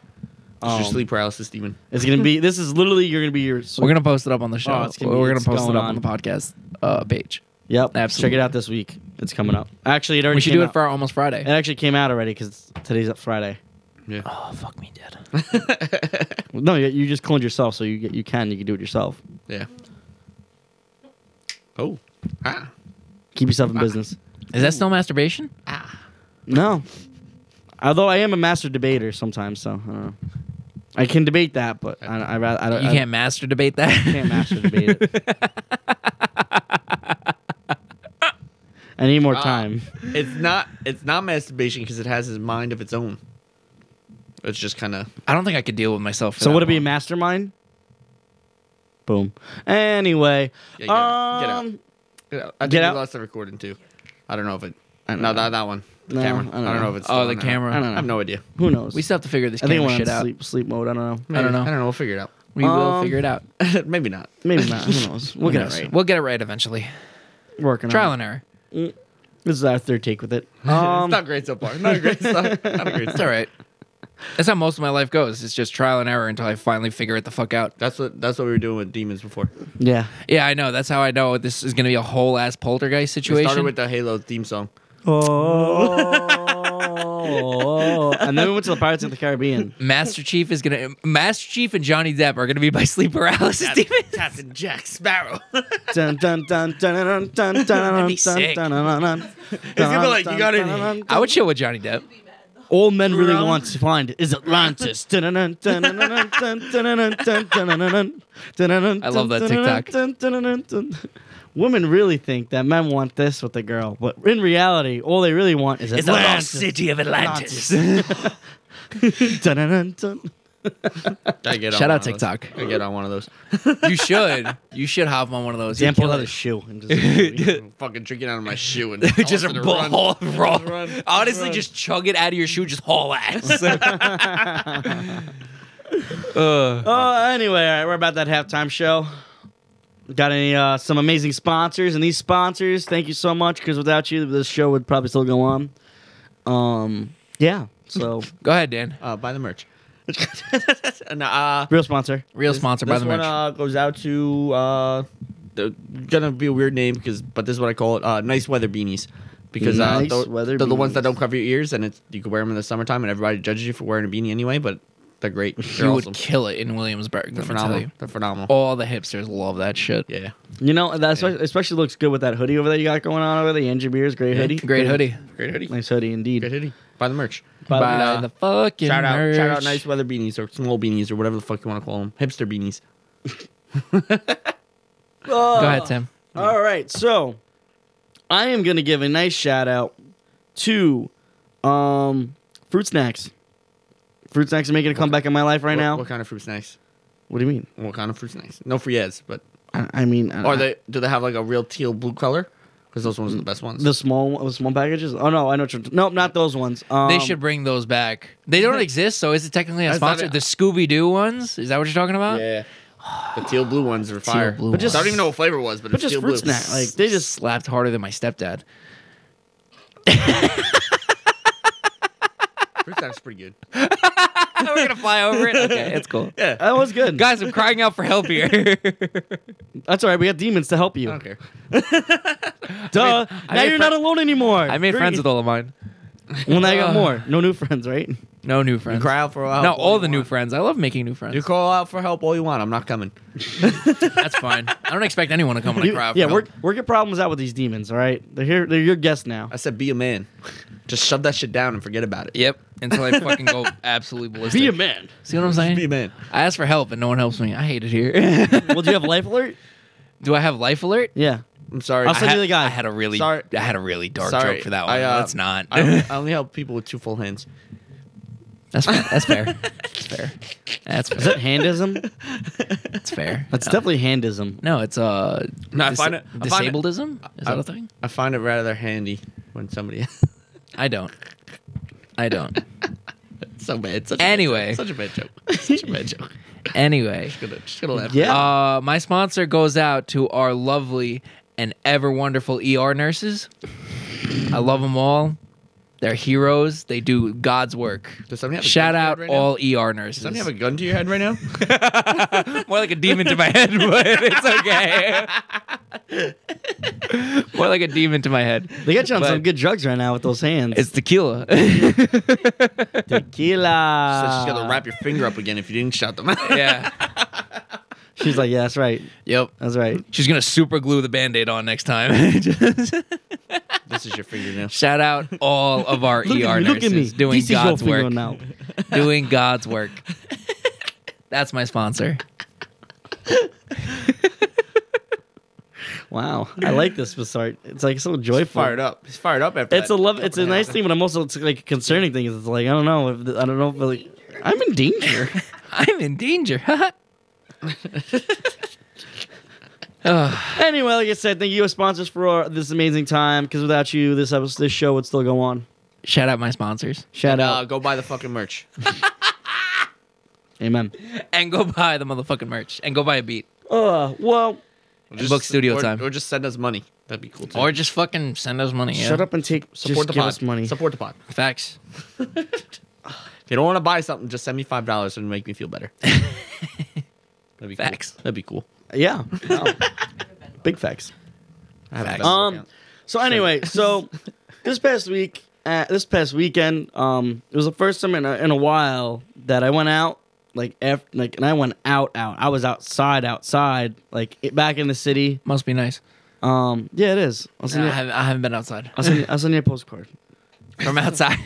It's
Um,
your sleep paralysis demon.
It's gonna be. This is literally you're gonna be your.
We're gonna post it up on the show.
Oh, it's gonna be-
We're gonna
it's
post it
going
up on the podcast uh, page.
Yep.
Absolutely.
Check it out this week. It's coming up. Actually, it already.
We should
came
do it
out.
for our almost Friday.
It actually came out already because today's Friday.
Yeah.
Oh fuck me, dead.
No, you, you just cloned yourself, so you you can you can do it yourself.
Yeah.
Oh. Ah.
Keep yourself in business.
Is that still masturbation?
No, although I am a master debater sometimes, so I don't know. I can debate that, but I, I rather I don't.
You
I
can't master debate that.
can't master debate it. I need more time.
It's not. It's not masturbation because it has his mind of its own. It's just kind of.
I don't think I could deal with myself. For
So
that
would it be a
long.
mastermind? Boom. Anyway,
Yeah, get out. Get out.
um,
I think
Get
we
out.
lost the recording too. I don't know if it.
I don't
no,
know.
not that one. The
No,
camera.
I don't
know
know.
if it's.
Oh,
still
the
on that.
camera.
I don't know.
I have no idea.
Who knows?
We still have to figure this
I think
camera
we're
shit
in
out.
sleep sleep mode. I don't know.
I don't know.
I don't know. We'll figure it out.
We will
Um,
figure it out.
Maybe not.
Maybe not. Who knows? We'll
Who
get it
knows?
right.
We'll get it right eventually.
Working
Trial
on
and error.
it. This is our third take with it.
it's
Um,
not great so far. Not a great start. Not a great
It's all
start.
right. That's how most of my life goes. It's just trial and error until I finally figure it the fuck out.
That's what. That's what we were doing with demons before.
yeah.
Yeah, I know. That's how I know this is going to be a whole ass poltergeist
We
situation.
started with the Halo theme song.
Oh. and then we went to the Pirates of the Caribbean.
Master Chief is going to Master Chief and Johnny Depp are going to be my sleep paralysis demons.
Captain Jack Sparrow. it's
Dun dun dun dun dun dun dun dun
be sick.
dun dun dun dun.
gonna be like you got
Dun, dun,
it.
dun,
I would chill with Johnny Depp.
All men really
Rum.
want to find is Atlantis. I love
I love that
TikTok. Women really think that men want this with a girl, but in reality, all they really want is
It's the lost
Atlantis.
city of Atlantis.
Dun-dun-dun-dun.
I get on
Shout
one
out
of those.
TikTok.
I get on one of those.
you should. You should hop on one of those.
Dan
You'd kill
pulled out
it.
his shoe and just
fucking drinking out of my shoe and
just
tossing it
ball
around.
raw.
Run,
Honestly,
run.
just chug it out of your shoe. Just haul ass.
Oh, anyway, all right, we're about that halftime show. Got any uh, some amazing sponsors, and these sponsors, thank you so much. Because without you, this show would probably still go on. Um, yeah. So,
Go ahead, Dan.
Uh, buy the merch. no, uh,
real sponsor.
Real sponsor by
this
the
one
merch.
Uh, goes out to uh, the, gonna be a weird name because, but this is what I call it: uh, nice weather beanies. Because
Nice
uh, tho-
weather
they're the ones that
beanies.
don't cover your ears, and it's you can wear them in the summertime, and everybody judges you for wearing a beanie anyway. But they're great. They're
you
awesome.
would kill it in Williamsburg.
They're
Let me tell
phenomenal.
you. Oh.
They're phenomenal.
All the hipsters love that shit.
Yeah.
You know that espe- especially looks good with that hoodie over there you got going on over there. The Angie Beers, great hoodie,
Great hoodie.
Great hoodie.
nice hoodie indeed.
Great hoodie. Buy the merch.
By the
Buy
way,
uh,
the fucking
Shout out, shout out,
merch.
nice weather beanies or small beanies or whatever the fuck you want to call them, hipster beanies.
Oh,
Go ahead, Tim.
All right, so I am gonna give a nice shout out to um, fruit snacks. Fruit snacks are making a comeback in my life right
What-
now.
what kind of fruit snacks?
What do you mean?
What kind of fruit snacks? No free ads, but
I, I mean,
Uh,
uh, I-
Are they? Do they have like a real teal blue color? Because those ones are the best ones.
the small the small packages? Oh no, I know. What you're, nope, not those ones. Um,
They should bring those back. They don't exist, so is it technically a
That's not
sponsor?
it.
The Scooby Doo ones? Is that what you're talking about?
yeah, the teal blue ones are fire.
blue
But just-
I don't even know what flavor it was, but,
But
it's
just
teal
fruit
blue.
snack, like they
Just
just
slapped harder than my stepdad.
fruit snack's pretty good.
We're gonna fly over it. Okay, it's cool.
Yeah,
that was good.
Guys, I'm crying out for help here.
That's all right. We got demons to help
I
you.
don't care.
Duh. now
I made
you're
fri-
not alone anymore.
I made friends with all of mine.
Well, now you got
Ugh.
more. No new friends, right?
No new friends.
Cry out for help.
no, all
you
the new
want.
friends. I love making new friends.
You call out for help all you want. I'm not coming.
That's fine. I don't expect anyone to come when I
You-
cry out for
yeah,
help.
work work your problems out with these demons. All right, they're here. They're your guests now.
I said, be a man. Just shove that shit down and forget about it.
Yep. Until I fucking go absolutely ballistic.
Be a man.
See what I'm saying?
Be a man.
I ask for help and no one helps me. I hate it here.
Well, do you have life alert?
Do I have life alert?
Yeah.
I'm sorry.
I'll
I
send
had-
you the guy.
I had a really,
Sorry.
I had a really dark
Sorry.
joke for that one.
I, uh,
That's not.
I only, I only help people with two full hands.
that's fair. That's fair. That's fair. That's
Is
fair.
that handism?
That's fair.
That's definitely handism.
no, it's uh,
No, I find it- I find it-
disabledism. Is that a thing?
I find it rather handy when somebody.
I don't. I don't.
so bad. Such a bad
Anyway.
joke. such a bad joke. Such a bad joke.
anyway,
Just gonna, just gonna laugh.
Yeah.
uh, my sponsor goes out to our E lovely and ever wonderful ER nurses. I love them all. They're heroes. They do God's work.
Does somebody have a
Shout
gun to your
out
head right
all
Now?
ER
Does
nurses.
somebody have a gun to your head right now?
More like a demon to my head, but it's okay. More like a demon to my head.
They got you on
But-
some good drugs right now with those hands.
It's tequila.
tequila.
So she's
Uh,
gotta wrap your finger up again if you didn't shut them out.
yeah.
She's like, yeah, that's right.
Yep.
That's right.
She's gonna super glue the band-aid on next time. Just-
This is your finger now.
Shout out all of our
Look,
ER
at me, look
nurses
at me.
doing
this
God's
is your
work.
finger now.
Doing God's work. That's my sponsor.
Wow, I like this Bassart. It's like so
He's
joyful.
fired up. He's fired up after
It's a
that.
love. It's a nice thing, but I'm also it's like a concerning thing. It's like I don't know. If, I don't know. If, like, I'm in danger.
I'm in danger. Ugh.
anyway, like I said, thank you, our sponsors, for this amazing time. Because without you, this episode, this show would still go on.
shout out my sponsors
Shout
Uh,
out.
go buy the fucking merch.
Amen.
and go buy the motherfucking merch and go buy a beat
Uh, well,
Or
book studio
or-
time.
Or just send us money. That'd be cool too.
or just fucking send us money. yeah.
shut up and take.
support
just
the
give
pod.
us money.
Support the pod.
Facts.
If you don't want to buy something, just send me five dollars and make me feel better. That'd be
Facts.
Cool. That'd be cool.
Yeah. Wow. Big facts.
I have a
Facts.
Venmo
Um.
account.
So anyway, so this past week, uh, this past weekend, um, it was the first time in a, in a while that I went out, like, af- like, and I went out, out. I was outside, outside, like it, back in the city.
Must be nice.
Um, yeah, it is. I'll
Nah,
send
I,
you,
haven't, I haven't been outside
I'll send you, I'll send you a postcard.
from outside.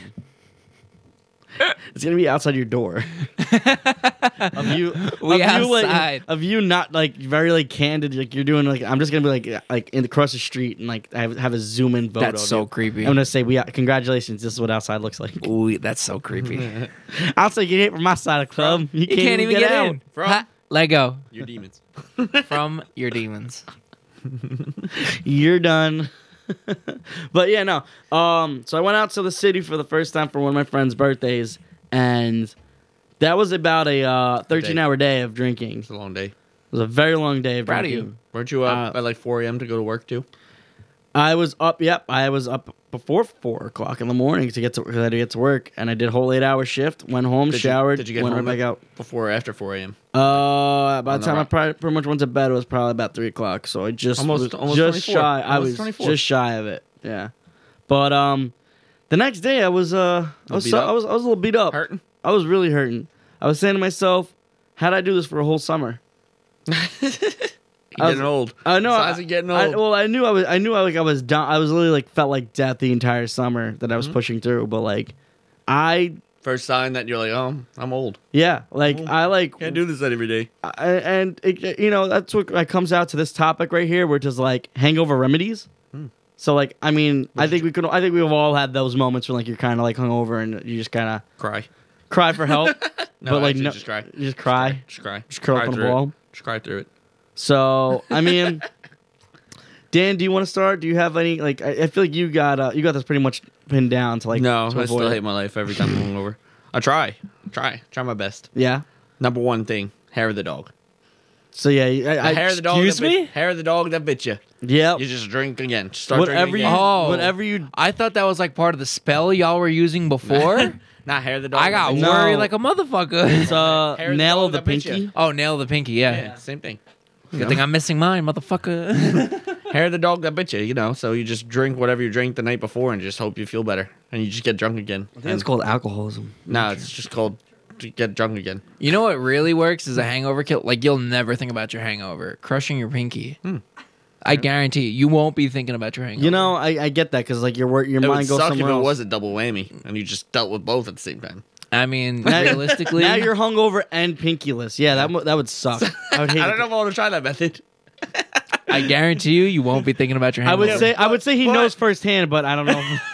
It's gonna be outside your door. of you,
We
of you, like,
outside.
of you not like very like candid. Like you're doing like I'm just gonna be like like in across the street and like I have, have a zoom in photo.
That's
of
so
you.
creepy.
I'm gonna say we congratulations. This is what outside looks like.
Ooh, that's so creepy. you
Outside you get from my side of the club. You, can't, even get, out.
in.
From-
Ha, let go
Your demons.
from your demons.
You're done. but yeah, no. Um, so I went out to the city for the first time for one of my friend's birthdays, and that was about a uh, 13 hour day of drinking.
It's a long day.
It was a very long day of
Proud of
drinking.
you.
Weren't you up
Uh,
by like 4 a.m. to go to work too?
I was up. Yep, I was up before four o'clock in the morning to get to 'cause I had to get to work, and I did a whole eight hour shift. Went home,
Did you-
showered.
did you get
went
home
right back
at-
out?
Before or after 4 a.m.
Uh, by
On
the
the
time I
rock.
probably, pretty much went to bed, it was probably about three o'clock. So I just
Almost-
was
almost
just
24.
shy. I
Almost
was
24.
just shy of it. Yeah, but um, the next day I was uh, I was
beat
so,
up?
I was I was a little beat up.
Hurting?
I was really hurting. I was saying to myself, "How did I do this for a whole summer?"
You're
I was-
Getting old.
I know. Uh,
Size
I-
is getting old.
I, well, I knew I was. I knew I like I was down. I was literally like felt like death the entire summer that
Mm-hmm.
I was pushing through. But like, I
First sign that you're like, oh, I'm old.
yeah, like
Well,
I like
Mm-hmm. Can't do this every day.
I, and it, you know that's what like, comes out to this topic right here, which is like hangover remedies.
Hmm.
So like, I mean, I think we could. I think we've all had those moments when like you're kind of like hungover and you just kind of
Cry.
cry for help,
No,
but like
actually,
no,
just cry.
you just cry.
Just cry.
Just curl up
Cry
on a
through it.
ball.
Just cry through it.
So I mean, Dan, do you want to start? Do you have any like? I, I feel like you got uh, you got this pretty much pinned down to like.
no,
to
I still
avoid it.
hate my life every time I'm hungover. I try. Try. Try my best.
Yeah.
Number one thing, hair of the dog.
So yeah, I,
The
I, Oh.
hair of the dog.
excuse
that bit-
me?
hair of the dog that bit you.
Yep.
You just drink again. Just Start
Whatever you,
drinking again.
Oh.
whatever you.
I thought that was like part of the spell y'all were using before.
Not hair of the dog.
I got
that bit
No.
worried like a motherfucker.
It's uh,
Hair of the
nail
dog
of the
that bit ya.
pinky.
oh, nail of the pinky.
you.
Yeah.
Yeah, same thing.
Good thing I'm missing mine, motherfucker.
Hair of the dog that bit you. You know, so you just drink whatever you drank the night before and just hope you feel better, and you just get drunk again.
I think it's
And-
called alcoholism.
No, it's just called to get drunk again.
you know what really works is a hangover kill. Like you'll never think about your hangover. Crushing your pinky. I guarantee you, you won't be thinking about your hangover.
Hmm. You know, I, I get that because like your wor- your
It would
mind goes
suck if it
somewhere else.
was a double whammy, and you just dealt with both at the same time.
I mean,
Now-
realistically,
now you're hungover and pinkyless. Yeah, that mo- that would suck. I would hate.
I
it.
don't know if I want to try that method.
I guarantee you, you won't be thinking about your
I
hangover.
would say I would say he
but-
knows firsthand, but I don't know.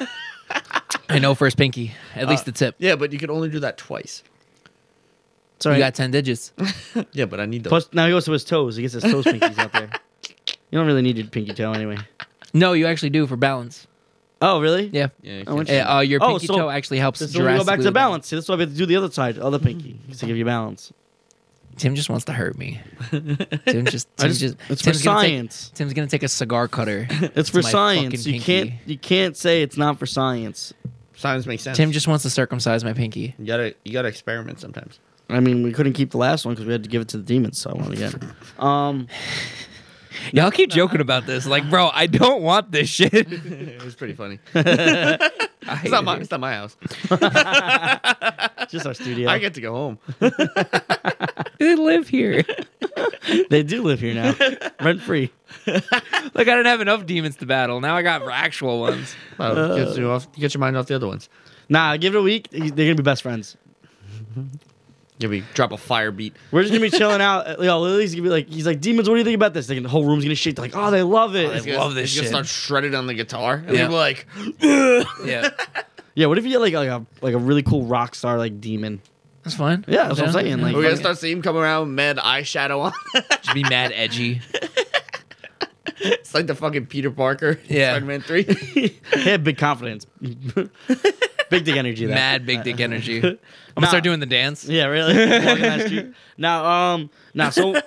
I know first pinky, at least the tip.
Yeah, but you can only do that twice.
Uh, Sorry.
You got ten digits.
Yeah, but I need those.
Plus, now he goes to his toes. He gets his toes pinkies out there. You don't really need your pinky toe anyway.
No, you actually do for balance.
Oh, really?
Yeah.
yeah, you
Oh,
can't-
Uh, uh, your
Oh,
pinky
so
toe actually helps.
This is when we go back
drastically
to balance. See, that's why we have to do the other side, other pinky, to give you balance.
Tim just wants to hurt me.
uh,
Tim just.
I
Tim
just-
just
it's
Tim's
for
gonna take-
science.
Tim's gonna take a cigar cutter.
It's for
my fucking
science. You
pinky.
can't you can't say it's not for science.
Silence makes sense.
Tim just wants to circumcise my pinky.
you gotta you gotta experiment sometimes.
I mean, we couldn't keep the last one because we had to give it to the demons, so I want to get it. Um,
Y'all keep joking about this. Like, bro, I don't want this shit.
it was pretty funny.
I hate
It's not my
it.
it's not my house.
just our studio.
I get to go home.
They live here.
they do live here now, rent free.
Like, I didn't have enough demons to battle. Now I got actual ones.
Well, get, you off, get your mind off the other ones.
Nah, give it a week. They're gonna be best friends.
Give me drop a fire beat.
We're just gonna be chilling out. Yo, Lily's gonna be like, he's like, demons. What do you think about this? Like, the whole room's gonna shake. They're like, oh, they love it.
they- love this
Just
shit.
start shredded on the guitar. And
Yeah.
people are like,
Yeah,
yeah. What if you had like, like a like a really cool rock star like demon?
that's fine.
Yeah, that's what I'm saying, like-
we're gonna
Fuck it.
start seeing him come around with mad eyeshadow on.
just be mad edgy.
it's like the fucking Peter Parker. in
Yeah.
Spider-Man Three.
he had big confidence, big dick energy. That.
Mad big dick energy. I'm
Nah.
gonna start doing the dance.
Yeah, really. Walking down the street. Now, um, now, so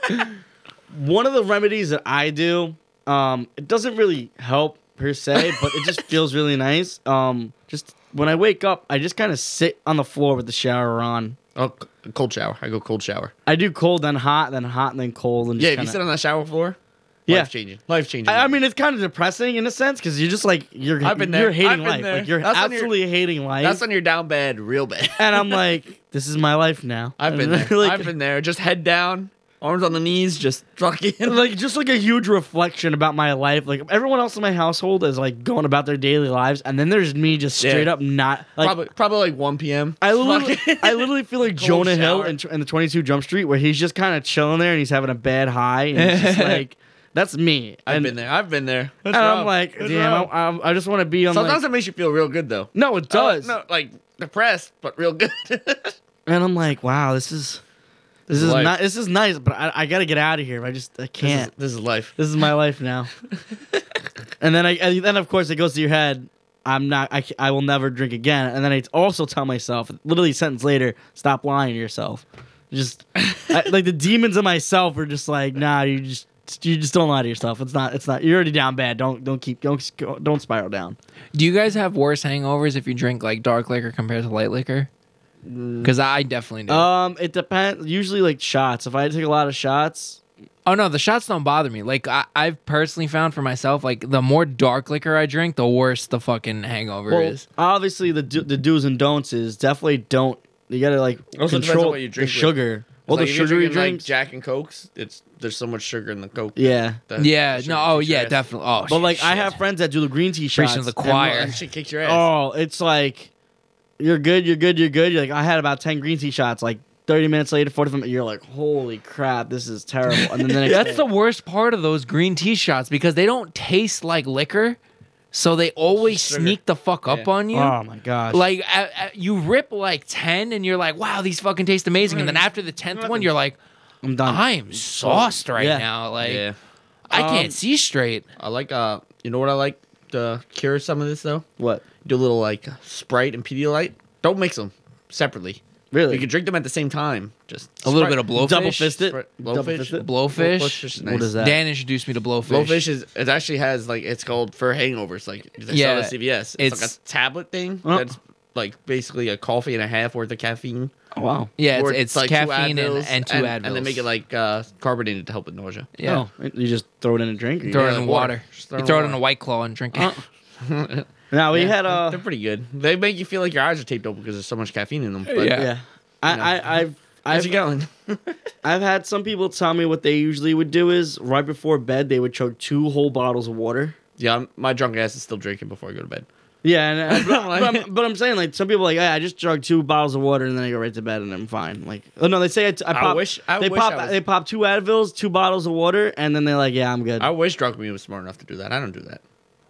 one of the remedies that I do, um, it doesn't really help per se, but it just feels really nice. Um, just when I wake up, I just kind of sit on the floor with the shower on.
oh, c- cold shower. I go cold shower.
I do cold, then hot, then hot, and then cold, and
Yeah,
just
if you
kinda-
sit on that shower floor,
Yeah.
life changing. Life changing.
I, I mean, it's kind of depressing in a sense because you're just like you're
I've been
you're
there.
hating
I've been
life,
there.
like you're
That's when you're-
absolutely hating life.
that's when you're down bad, real bad.
and I'm like, this is my life now.
I've been there.
Like-
I've been there. Just head down, arms on the knees, just fucking.
like just like a huge reflection about my life. Like everyone else in my household is like going about their daily lives, and then there's me just
Yeah.
straight up not like.
probably probably like 1 p.m.
I literally,
Fucking-
I literally feel like
Cold
Jonah Hill
shower.
in, in the 22 Jump Street, where he's just kind of chilling there and he's having a bad high, and he's just like, "That's me."
I've
and,
been there. I've been there.
And I'm like, "Damn, I, I, I just want to be on."
Sometimes
like,
it makes you feel real good though.
no, it does.
no, like depressed, but real good.
And I'm like, "Wow, this is, this is
life.
not, this is nice, but I, I gotta get out of here. I just, I
This
can't."
is, this is life.
This is my life now. and then I and then of course it goes to your head. I'm not. I, c- I will never drink again. And then I also tell myself, literally a sentence later, stop lying to yourself. Just I, like the demons of myself are just like, nah, you just you just don't lie to yourself. It's not. It's not. You're already down bad. Don't don't keep don't s- go- don't spiral down.
Do you guys have worse hangovers if you drink like dark liquor compared to light liquor? Because I definitely do.
Um, it depends. Usually like shots. If I take a lot of shots,
oh no, the shots don't bother me. Like I, I've personally found for myself, like the more dark liquor I drink, the worse the fucking hangover
well,
is.
obviously the do, the do's and don'ts is definitely don't. You gotta like
Also depends on
control
what you
the
drink with.
sugar. Well,
Like,
the
if you're
sugary
drinking, like,
drinks.
Jack and Cokes. It's there's so much sugar in the Coke.
yeah.
that
yeah.
the sugar
No. Oh
kicks your
yeah.
ass.
Definitely. Oh.
But like, I
shit.
have friends that do the green tea shots.
Preaching to the
and, like,
choir.
That shit kicks your ass.
oh, it's like, you're good, you're good, you're good. You're like, I had about ten green tea shots. Like thirty minutes later, forty minutes, you're like, holy crap, this is terrible. And then the next
That's
day,
the worst part of those green tea shots because they don't taste like liquor, so they always
Sugar.
sneak the fuck up
Yeah.
on you.
oh my gosh,
Like uh, uh, you rip like ten, and you're like, "Wow, these fucking taste amazing." And then after the tenth one, you're like,
I'm done.
"I am sauced right
Yeah.
now. Like
yeah.
I can't
Um,
see straight."
I like. Uh, you know what I like to cure some of this though.
what?
Do a little like Sprite and Pedialyte. Don't mix them separately.
Really?
You can drink them at the same time. Just
A little bit of
Sprite-
blowfish.
double fist it.
Sprite-
Double
blowfish.
fist it.
Blowfish.
Blowfish is nice.
What is that?
Dan introduced me to blowfish.
Blowfish is it actually has like it's called for hangovers like it's
Yeah,
yeah CVS it's, like
it's-
a tablet thing
Oh.
that's like basically a coffee and a half worth of caffeine
Oh, wow.
Yeah, it's,
Or
it's
like two
caffeine and,
Advils
and two
and,
Advils.
and they make it like uh, carbonated to help with nausea
yeah.
Oh, you just throw it in a drink. or you-
Throw
Yeah,
it in
like
water.
water. Just throw
you
it
throw
in
it in a
water.
white claw and
Uh,
drink it.
Now we
Yeah,
had uh,
they're pretty good they make you feel like your eyes are taped open because there's so much caffeine in them but
Yeah.
uh, yeah. I,
No.
I I've
how's
I've
it going
I've had some people tell me what they usually would do is right before bed they would chug two whole bottles of water.
yeah I'm, my drunk ass is still drinking before I go to bed
Yeah, and, uh, but,
Like-
but I'm, but I'm saying like some people are like "Hey, I just drug two bottles of water and then I go right to bed and I'm fine. Like oh no, they say I, t- I
I
pop.
wish- I
they
wish
pop.
I was-
They pop two Advils, two bottles of water, and then they're like, yeah, I'm good.
I wish drunk me was smart enough to do that I don't do that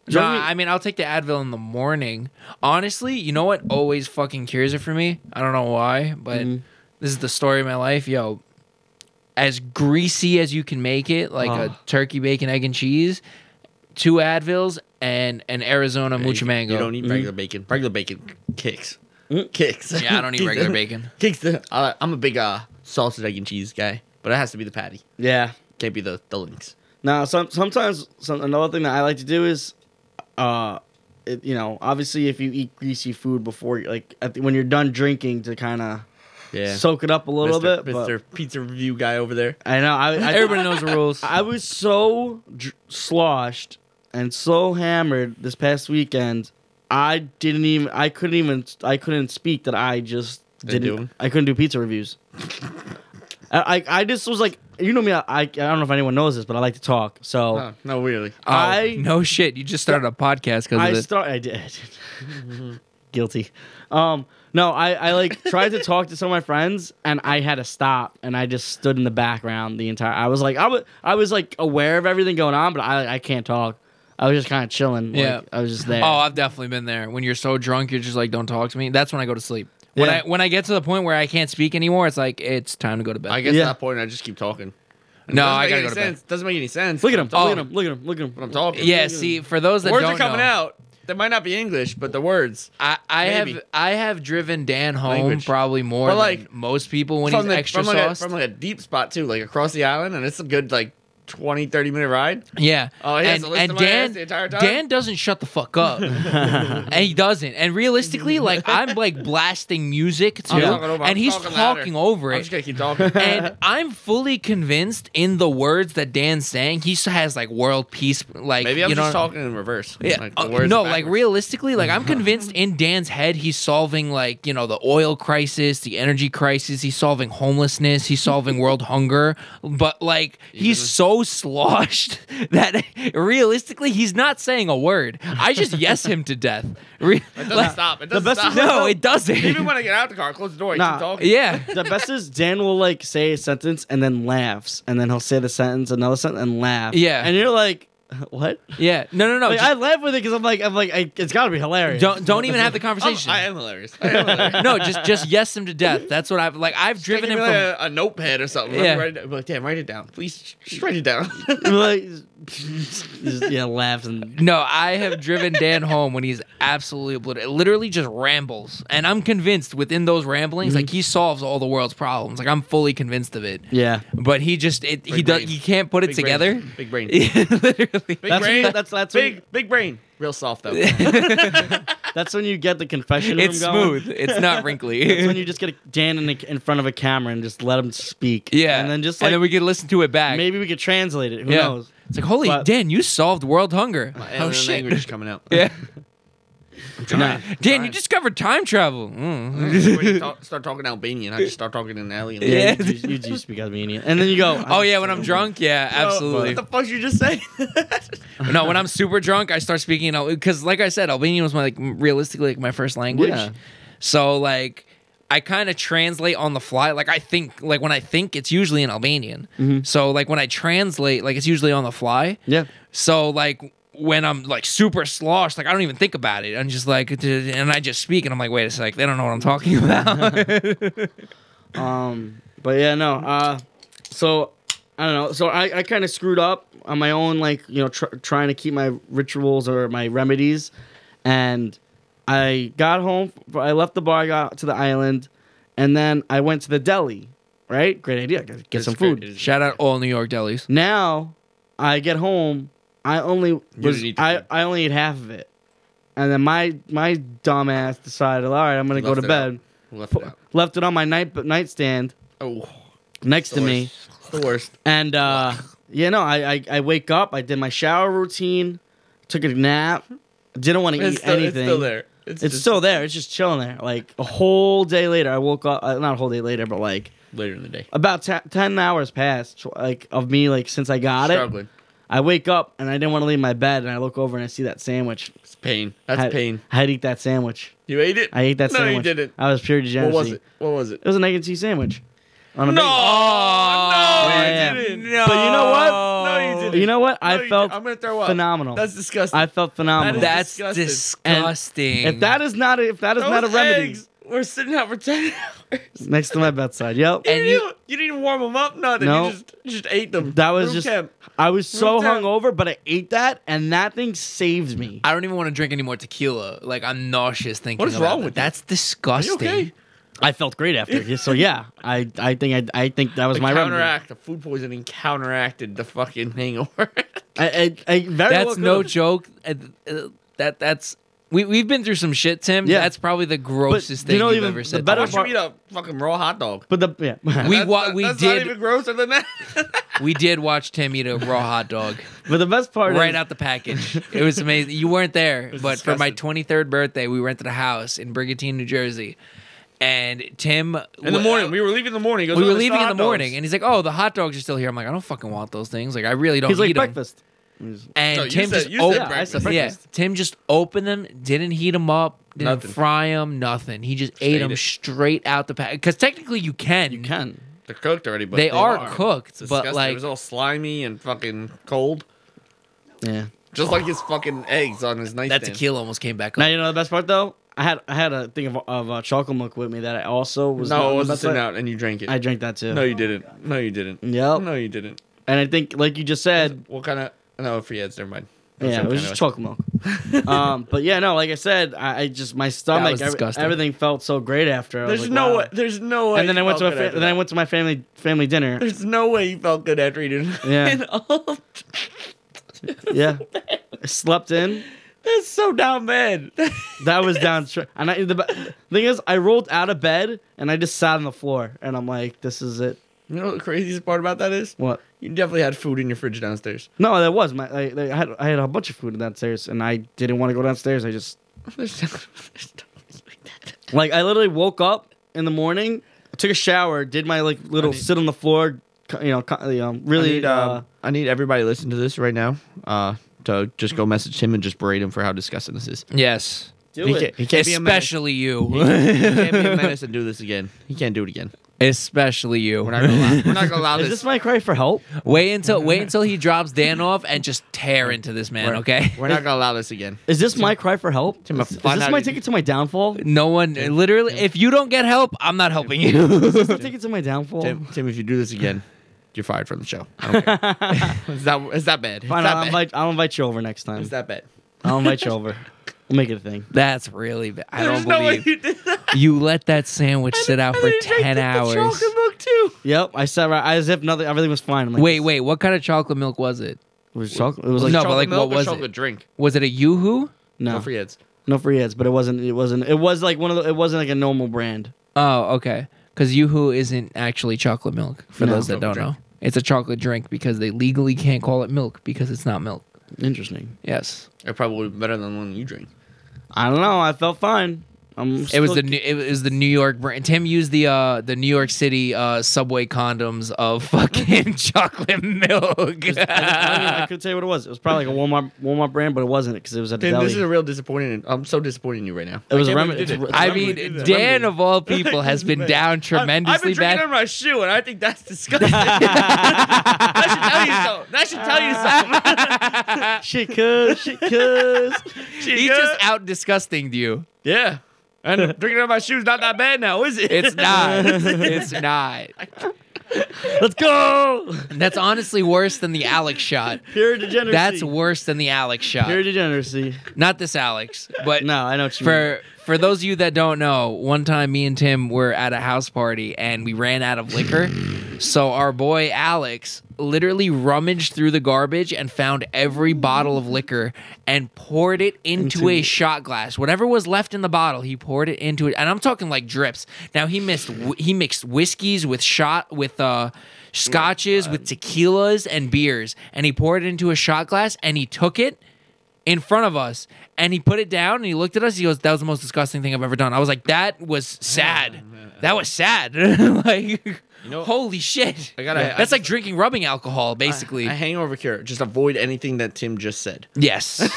No,
Drunk me-
I mean I'll take the Advil in the morning. Honestly, you know what always fucking cures it for me? I don't know why, but
Mm-hmm.
Mhm.
this is the story of my life, yo. As greasy as you can make it, like
Oh.
a turkey bacon egg and cheese, two Advils and an Arizona
Yeah, you-
mucha mango.
you don't eat regular bacon regular bacon kicks
Mm-hmm.
kicks
Mm-hmm. yeah, I don't eat
Kicks.
regular bacon.
Kicks the. Uh, I'm a big uh, sausage, egg, and cheese guy, but it has to be the patty.
yeah.
Can't be the the links.
Now some sometimes some, another thing that I like to do is, uh, it, you know, obviously if you eat greasy food before, like at the, when you're done drinking, to kind of
Yeah.
soak it up a little
Mr.
bit.
Mr.
But
Pizza Review guy over there.
I know I, I
Everybody knows the rules.
I was so dr- sloshed and so hammered this past weekend. I didn't even. I couldn't even. I couldn't speak. That I just
Didn't
didn't.
do 'em?
I couldn't do pizza reviews. I, I I just was like, you know me. I I don't know if anyone knows this, but I like to talk. So
Oh, no, really.
Oh,
I-
no shit. You just started a podcast because
I
of this.
start. I did. Guilty. Um. No, I, I like tried to talk to some of my friends and I had to stop and I just stood in the background the entire. I was like I was I was like aware of everything going on, but I I can't talk. I was just kind of chilling. like,
Yeah.
I was just there.
Oh, I've definitely been there. When you're so drunk, you're just like, don't talk to me. That's when I go to sleep. When
Yeah.
I when I get to the point where I can't speak anymore, it's like it's time to go to bed.
I guess
Yeah.
at that point, I just keep talking.
no,
Doesn't
I
make
gotta
any
go to
sense. Doesn't make any sense.
look at him!
Oh.
Look at him! Look at him! Look at him!
I'm talking.
bed. Yeah. See, for those that
words
don't
are coming
know,
out. They might not be English, but the words.
I, I
Maybe.
have I have driven Dan home
Language.
probably more
Or, like,
than most people when he's
the-
extra
from, like a,
sauce.
from like a deep spot too, like across the island, and it's a good like 20, 30 minute ride.
Yeah.
Oh, he has
and,
to listen
and
to my ass
Dan,
the entire time?
Dan doesn't shut the fuck up, and he doesn't. And realistically, like I'm like blasting music too,
I'm talking over- I'm
and he's
talking louder.
talking over
I'm
it.
just gonna keep talking.
and I'm fully convinced in the words that Dan's saying, he still has like world peace. Like
Maybe I'm
you know,
just talking in reverse.
Yeah,
like, the
uh,
words
no,
are
like
backwards.
realistically, like I'm convinced in Dan's head, he's solving like you know the oil crisis, the energy crisis. He's solving homelessness. He's solving world hunger. But like he's so sloshed that realistically, he's not saying a word. I just yes him to death. Re-
It doesn't
like-
stop. It doesn't
best
stop.
is
no, it doesn't.
Even when I get out the car, I close the door, I
Nah.
keep talking.
yeah.
the best is Dan will like say a sentence and then laughs and then he'll say the sentence another sentence and laugh.
Yeah.
and you're like, what?
Yeah. No. No. No.
Like,
just
I laugh with it because I'm like I'm like I, it's got to be hilarious.
don't don't even have the
I'm,
conversation.
Oh, I am hilarious. I am hilarious.
no. Just just yes him to death. That's what I've like. I've
Just
driven
give
him
me,
from.
like, a, a notepad or something.
Yeah.
Yeah. Write it down. Be Like, damn, write it down, please. Just write it down.
like, just, yeah, laughs and
No, I have driven Dan home when he's absolutely obliterated. Literally just rambles. And I'm convinced within those ramblings, like
Mm-hmm.
he solves all the world's problems. Like I'm fully convinced of it.
yeah.
But he just it, he
Big
does
brain.
he can't put it
Big brain.
together.
Big brain. Big
Literally.
That's when,
brain.
you, that's that's when,
big big brain. Real soft though.
that's when you get the confession room
It's
going.
smooth. It's not
That's when
wrinkly.
you just get a, Dan in, the, in front of a camera and just let him speak.
yeah.
and then just like
we could listen to it back.
maybe we could translate it. Who
yeah.
knows?
It's like, holy
But-
Dan, you solved world hunger.
And
oh
then
shit.
Language is coming out.
Yeah.
Nah.
Dan, you discovered time travel. Mm.
When you talk, start talking Albanian, I just start talking in alien.
Yeah.
Yeah, you, do- you do speak Albanian, and then you go.
Oh yeah, when I'm drunk, yeah, absolutely.
What the fuck you just say?
no, when I'm super drunk, I start speaking because, like I said, Albanian was my like m- realistically like my first language.
Yeah.
So like, I kind of translate on the fly. Like I think, like when I think, it's usually in Albanian.
Mm-hmm.
So like when I translate, like it's usually on the fly.
yeah.
So like when I'm like super sloshed, like I don't even think about it. I'm just like, "D-d-d-d," and I just speak, and I'm like, wait a sec, they don't know what I'm talking about.
Um, but yeah, no. Uh, so I don't know. So I, I kind of screwed up on my own, like you know, tr- trying to keep my rituals or my remedies, and I got home. I left the bar. I got to the island, and then I went to the deli. Right, great idea. Get, get
It's
some
great.
food.
It is-
Shout out all New York delis.
Now I get home. I only was,
didn't eat the
I,
food.
I only ate half of it, and then my my dumb ass decided, all right, I'm gonna go
Left
to
it
bed.
out. Left it out.
Left it on my night nightstand
Oh,
next to
the
me.
worst. The worst.
And uh yeah, no, I, I I wake up, I did my shower routine, took a nap, didn't want to eat
It's still,
anything.
it's still there.
It's
just
still there. It's just chilling there. Like a whole day later, I woke up. Uh, not a whole day later, but like
later in the day.
about te- ten hours past, tw- like of me, like since I got it.
Struggling.
I wake up and I didn't want to leave my bed, and I look over and I see that sandwich.
It's pain. That's
I,
pain.
I had to eat that sandwich.
You ate it.
I ate that
no,
sandwich.
you didn't.
I was pure
What
degeneracy.
was it? What was it?
It was an egg and cheese sandwich. On a
Oh, No,
bagel.
Oh,
no,
Yeah.
you didn't.
No.
But you know what?
No, you didn't.
You know what?
No,
I
you
felt
didn't. I'm gonna throw up.
phenomenal.
That's disgusting.
I felt phenomenal.
That
That's
Disgusting.
disgusting.
If that is not a, if that is
Those
not a remedy,
eggs were sitting out for ten hours. You
next to my bedside. Yep.
And
didn't
you-
even- you didn't even warm them up. Nothing.
No.
You just, you just ate them.
that was
Room
just
temp.
I was so
Room temp.
hungover, but I ate that, and that thing saved me.
I don't even want to drink any more tequila. Like I'm nauseous thinking.
What is
about
wrong
that.
with you?
That's
Are you
disgusting.
okay?
I felt great after. Yeah, So yeah, I I think I I think that was
The
my remedy.
counteract. The food poisoning counteracted the fucking hangover.
I, I, I very well
That's
could've-
no joke. Uh, uh, That that's We we've been through some shit, Tim.
Yeah.
That's probably the grossest
you
thing
know
you've
even
ever
the
said. to
better
me.
part-
you eat a fucking raw hot dog?
But the yeah.
we
That's
wa-
not-
we
that's
did
not even grosser than that.
we did watch Tim eat a raw hot dog
but the best
Oh,
part
right
is
out the package. It was amazing. You weren't there, but for my
disgusting.
23rd birthday, we rented a house in Brigantine, New Jersey, and Tim
In the morning, we were leaving in the morning. He goes,
we
"Oh,
were
there's
leaving in
hot
the
dogs."
morning, and he's like, "Oh, the hot dogs are still here." I'm like, "I don't fucking want those things. Like, I really don't
he's like
eat them."
breakfast. He's-
And
No, you
Tim
said-
just
you said
opened.
Yeah, I said
breakfast.
Yeah, Tim just opened them, didn't heat them up, didn't
Nothing.
fry them, nothing. He just ate
ate
them
it.
straight out the pack. Because technically, you can.
You can.
They're cooked already, but
They, are,
It's
cooked, but
disgusting. it
like,
was all slimy and fucking cold,
Yeah.
just like his fucking eggs on his
that
nightstand.
tequila almost came back
Now
up.
you know the best part though. I had I had a thing of, of uh, chocolate milk with me that I also was not
No, it
on the
wasn't
best
sitting
side.
out, and you drank it.
I drank that too.
no, you didn't. No, you didn't.
Yep.
No, you didn't.
And I think like you just said,
What kind of? No, for heads. Never mind.
yeah, it was just chocolate milk. um, but yeah, no, like I said, I, I just my stomach,
was
every-
disgusting.
everything felt so great after. I was
There's
like,
no
wow.
way. There's no way.
And then
you
I went to my
felt good
fa-
after
then I
that.
went to my family family dinner.
There's no way you felt good after eating.
Yeah.
And all-
yeah, I slept in.
That's so down bad.
That was down. tr- And I, the be- thing is, I rolled out of bed and I just sat on the floor and I'm like, this is it.
You know what the craziest part about that is?
What?
You definitely had food in your fridge downstairs.
No, that was my. I, I had I had a bunch of food downstairs and I didn't want to go downstairs. I just
There's no, there's no place like that.
Like I literally woke up in the morning, took a shower, did my like little sit on the floor, co- you know, co- you know really.
I need,
uh,
um, I need everybody to listen to this right now uh, to just go message him and just berate him for how disgusting this is.
Yes,
do
he
it.
Can't, he can't be a menace.
especially you,
He can't be a menace and do this again. He can't do it again.
especially you.
We're not gonna allow, we're not gonna allow
Is
this.
this my cry for help?
Wait until wait until he drops Dan off and just tear into this man. Okay.
We're not gonna allow this again.
Is this my cry for help?
Tim, I
Is, is
find
this
out
my
you-
ticket to my downfall? Is
No one, literally, if you don't get help, I'm not helping you.
this the ticket to my downfall?
Tim, Tim, if you do this again, you're fired from the show. I don't care. it's that it's that bad. It's
Fine,
that
I'll
bad.
invite, I'll invite you over next time.
It's that bad.
I'll invite you over. We'll make it a thing.
That's really bad. I don't
There's no way
believe
you did that.
you let that sandwich sit out
And
for
then you drank
ten
the-
hours.
The chocolate milk too.
Yep, I sat right as if nothing, everything was fine. I'm like,
Wait,
this-
wait. What kind of chocolate milk was it?
It was chocolate. It was like no,
No, but,
Chocolate
like, what
milk or
was it?
chocolate drink?
Was it a YooHoo?
no,
No free ads.
no free ads, but it wasn't. It wasn't. It was like one of the. It wasn't like a normal brand.
Oh, okay. Because YooHoo isn't actually chocolate milk. For
No.
those that don't
Chocolate drink.
know, it's a chocolate drink because they legally can't call it milk because it's not milk.
Interesting.
Yes,
They're probably better than the one you drink.
I don't know. I felt fine. I'm
it was
still-
the new, it was the New York brand. Tim used the uh the New York City uh subway condoms of fucking chocolate milk.
I, don't even- I could tell you what it was. It was probably like a Walmart Walmart brand, but it wasn't because it was at the
Tim,
deli.
this is a real disappointing. I'm so disappointed in you right now.
It was
I
a
can't
rem-
believe you did
it's-
it.
I
I'm gonna
mean, Dan of all people has been down
I've
tremendously
been drinking out
bad.
of my shoe, and I think that's disgusting. that should tell you something. That should tell you something.
shit, cuz shit, cuz.
He just out disgusting you.
yeah. And drinking out of my shoe is not that bad now, is it?
It's not. it's not.
Let's go.
And that's honestly worse than the Alex shot.
Pure degeneracy.
That's worse than the Alex
pure
shot.
degeneracy.
Not this Alex, but
No, I know what you mean.
Uh, for for those of you that don't know, one time me and Tim were at a house party and we ran out of liquor. So our boy Alex literally rummaged through the garbage and found every bottle of liquor and poured it into, a shot glass. Whatever was left in the bottle, he poured it into it. And I'm talking like drips. Now he missed he mixed whiskeys with shot with uh scotches with tequilas and beers and he poured it into a shot glass and he took it in front of us and he put it down and he looked at us. He goes, That was the most disgusting thing I've ever done. I was like, That was sad. That was sad. like, holy shit.
I gotta-
That's
I
like drinking rubbing alcohol, basically.
A hangover cure. Just avoid anything that Tim just said.
yes.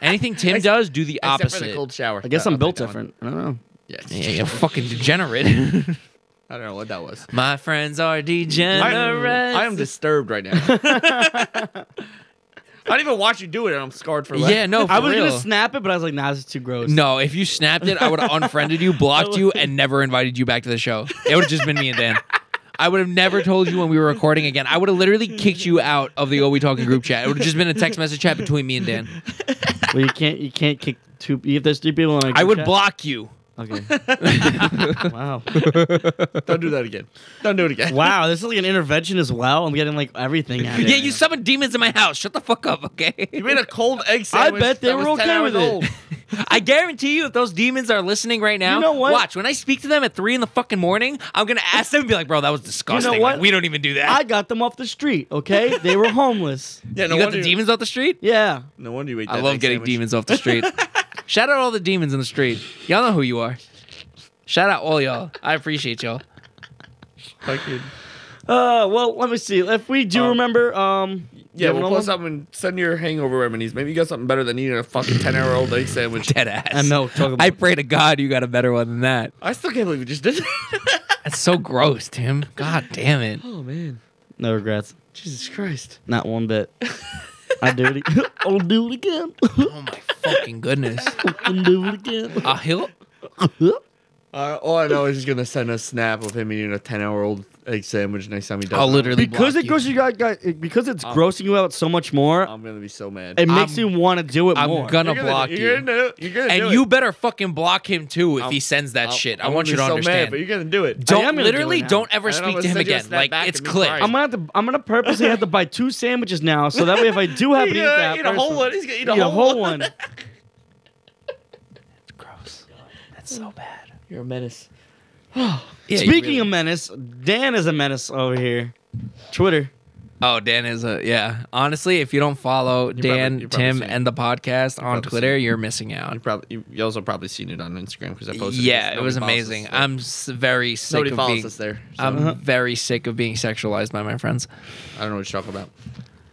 Anything Tim does, do the
Except for the
opposite.
cold shower.
I guess
Uh,
I'll
I'm built
take that one.
different. I don't know.
Yes.
Yeah, you're fucking degenerate.
I don't know what that was.
My friends are
I
degenerate.
am, I am disturbed right now. I don't even watch you do it, and I'm scarred for life.
yeah, no, Oh, for
I was
real.
gonna snap it, but I was like, nah, this is too gross.
no, if you snapped it, I would have unfriended you, blocked you, and never invited you back to the show. It would have just been me and Dan. I would have never told you when we were recording again. I would have literally kicked you out of the Oh We Talking group chat. It would have just been a text message chat between me and Dan.
Well, you can't. You can't kick two. If there's three people in a group
I would
chat-
block you.
Okay. wow.
Don't do that again. Don't do it again.
Wow. This is like an intervention as well. I'm getting like everything out of
Yeah,
it.
you summoned demons in my house. Shut the fuck up, okay?
You made a cold egg
I
sandwich.
bet they
that
were
was 10
okay
hours
with it.
old.
I guarantee you, if those demons are listening right now,
You know what?
watch when I speak to them at three in the fucking morning, I'm gonna ask them and be like, "Bro, that was disgusting. Like,
what?
we don't even do that."
I got them off the street. Okay, they were homeless.
Yeah,
you got
wonder-
the demons off the street.
Yeah,
No wonder you ate.
I
that
love
egg
getting
sandwich.
demons off the street. Shout out all the demons in the street. Y'all know who you are. Shout out all y'all. I appreciate y'all.
Fucking-
Uh, well, let me see. If we do
Um,
remember, um, you
Yeah,
have
we'll
another
post up and send your hangover remedies. Maybe you got something better than eating a fucking ten hour old egg sandwich.
Dead ass.
I know, talk about
I
it.
pray to God you got a better one than that.
I still can't believe we just did that.
That's so gross, Tim. God damn it.
oh man,
one? no regrets,
Jesus Christ!
not one bit. I do it. Again. I'll do it again.
Oh my fucking goodness.
I'll do it again.
Ah,
A hill.
Uh, all I know is he's gonna send a snap of him eating a ten hour old egg sandwich next time he does.
I'll
it.
literally
because
block
it grosses you out, guys, because
Ah.
it's grossing you out so much more.
I'm gonna be so mad.
it makes
I'm-
you want to do it
I'm
more.
gonna
You're
block
you're
you.
Gonna, you're gonna do
And
it.
you better fucking block him too if
I'm-
he sends that
I'll-
shit. I
I'm
want
gonna
you
be
to
so
understand.
Mad, but you're gonna do it.
I am
don't
gonna do it
literally
now.
don't ever
And I'm
speak
gonna
to him
send you a
again.
snap
Like
back
it's
and be
clipped.
crying.
I'm gonna have to. I'm gonna purposely have to buy two sandwiches now, so that way if I do have to eat
He's gonna
that,
eat a whole
person-
one. He's gonna eat
eat a whole one.
gross. That's so bad.
You're a menace.
Speaking of menace, Dan is a menace over here. Twitter.
Oh, Dan is a yeah. Honestly, if you don't follow Dan,
you've probably
Tim,
seen it.
and the podcast on
probably
Twitter,
seen it.
you're missing out.
You probably you, you also probably seen it on Instagram because I posted.
Yeah,
because
it was
nobody follows
amazing.
us there.
I'm s- very sick
nobody
of
follows
being.
us there. So
I'm very sick of being sexualized by my friends.
I don't know what you're talking about.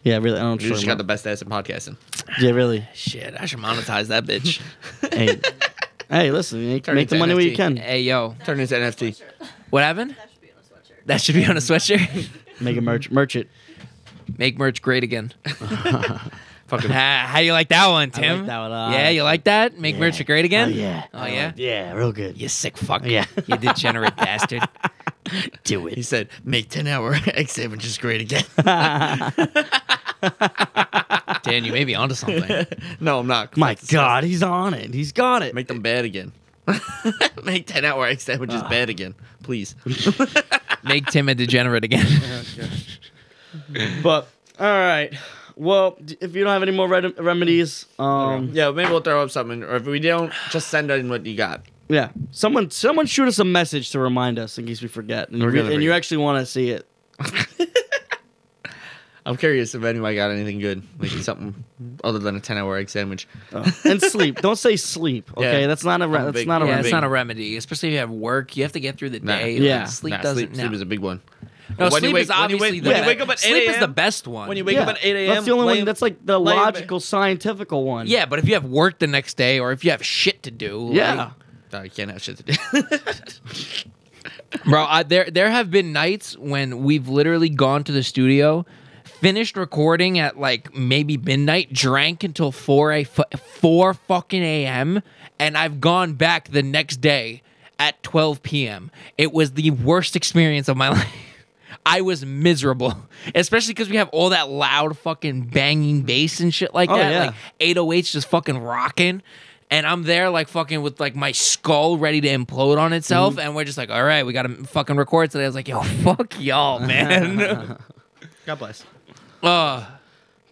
Yeah, really. I don't.
You just got the best ass in podcasting.
yeah, really.
Shit, I should monetize that bitch.
Hey, hey, listen. Make,
Turn
make the
into
money where you
NFT.
can.
hey yo,
Turn into NFT.
what happened?
That should be on a sweatshirt.
That should be on a sweatshirt.
Make a merch, merch it.
Make merch great again.
Fucking
Ah, how you like that one,
I like
Tim?
that one uh, a lot.
yeah, you like that? Make
Yeah.
merch great again.
Oh, yeah.
Oh yeah.
Yeah, real good.
You sick fuck.
Yeah.
You degenerate bastard.
Do it.
He said, "Make ten hour egg sandwiches great again."
Dan, you may be onto something.
no, I'm not. 'cause
My
that's disgusting.
God, he's on it. He's got it.
make them bad again. make ten hour egg sandwiches
Ah.
bad again, please.
Make Tim a degenerate again.
But all right. Well, d- if you don't have any more rem- remedies, um,
yeah, maybe we'll throw up something, or if we don't, just send in what you got.
yeah, someone, someone shoot us a message to remind us in case we forget, and, you,
We're
re-
gonna
and you
read.
actually want to see it.
I'm curious if anybody got anything good, like something other than a ten hour egg sandwich.
and sleep. Don't say sleep. Okay,
Yeah.
that's not a. Re-
I'm
that's
big-
not a.
Yeah,
remedy.
it's not a remedy, especially if you have work. You have to get through the
Nah.
day.
Yeah.
Like, sleep
Nah,
doesn't.
sleep, sleep
no.
is a big one.
No,
When you
sleep
wake-
is
when you
obviously
wake-
the
when you
best.
wake up at
sleep
8
is the
a.m.,
best one.
When you wake
Yeah.
up at eight a.m.,
That's the only
lay
one.
in-
That's like the
lay in bed.
logical, scientifical one.
yeah, but if you have work the next day or if you have shit to do,
Yeah.
No, you can't have shit to do.
like- bro. I, there there have been nights when we've literally gone to the studio, finished recording at like maybe midnight, drank until four a fu- four fucking a.m., and I've gone back the next day at twelve p.m. It was the worst experience of my life. I was miserable, especially because we have all that loud fucking banging bass and shit like
Oh,
that.
yeah.
Like 808s just fucking rocking. And I'm there like fucking with like my skull ready to implode on
Mm-hmm.
itself. And we're just like, all right, we got to fucking record today. I was like, yo, fuck y'all, man.
God bless.
uh,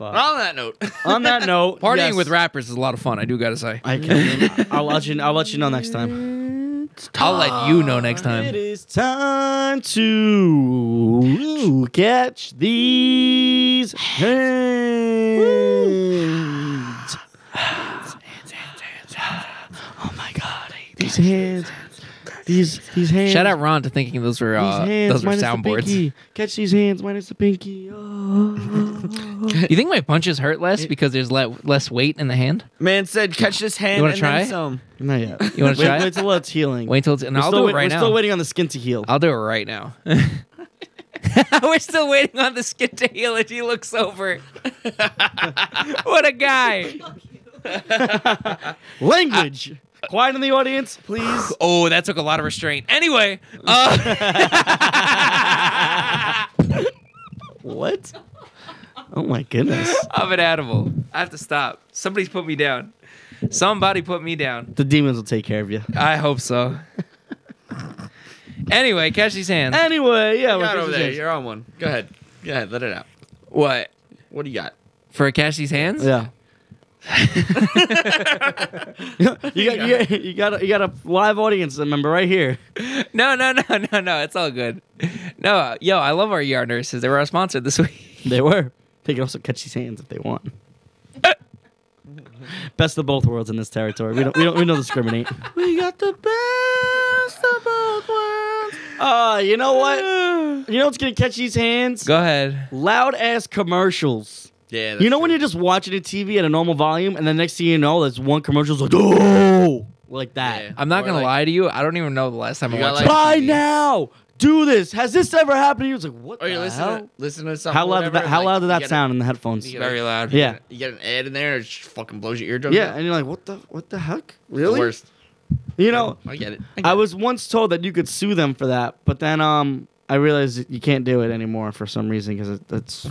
On that note,
On that note,
partying
yes.
with rappers is a lot of fun, I do got to say.
I can, I'll let you. I'll let you know next time.
I'll let you know next
It
time.
is time to catch these hands. Oh my God! These hands. These these hands.
Shout out Ron to thinking those were uh,
These hands
those were
minus the
soundboards.
pinky. Catch these hands minus the pinky. Oh.
You think my punches hurt less because there's le- less weight in the hand?
man said, "Catch this hand
You wanna
and
try?
then some."
Not yet.
You wanna
wait,
try it?
Wait till it's healing.
Wait until it's, and
we're
I'll
still
do it
wait-
right
We're
now.
still waiting on the skin to heal.
I'll do it right now. We're still waiting on the skit to heal as he looks over. what a guy. Ah.
Language. Quiet in the audience, please.
Oh, that took a lot of restraint. Anyway, uh,
what? Oh my goodness.
I'm an animal. I have to stop. Somebody's put me down. Somebody put me down.
The demons will take care of you.
I hope so. Anyway, catch these hands.
Uh, Anyway, yeah,
You
we're
got over there.
Christmas
You're on one. Go ahead. Go ahead. Let it out.
What?
What do you got?
For catch these hands?
Eve. yeah. You got, you, got, you, got a, you got a live audience member right here.
No, no, no, no, no. It's all good. No, uh, yo, I love our ER nurses. They were our sponsor this week.
They were. They can also catch these hands if they want. Best of both worlds in this territory. We don't. We don't. We don't discriminate.
We got the best of both worlds.
Uh, you know what? You know what's gonna catch these hands?
Go ahead.
Loud ass commercials.
Yeah.
you know when you're just watching a TV at a normal volume, and the next thing you know, there's one commercial's like, oh, like that.
I'm not gonna lie to you. I don't even know the last time I
You got
watched.
like-
Buy
it.
TV.
now. Do this. Has this ever happened? to you? It's like, what?
Or you
the
listen
hell?
Oh, to, listen to something.
How loud did
whatever,
that? How
like,
loud did
you
that
get a-
sound in the headphones?
you get a-
very loud.
Yeah.
You get an ad in there, and it just fucking blows your eardrum.
Yeah,
out.
and you're like, what the? What the heck?
It's the
Really?
worst.
You know,
I get it.
I was once told that you could sue them for that, but then um, I realized that you can't do it anymore for some reason because it, it's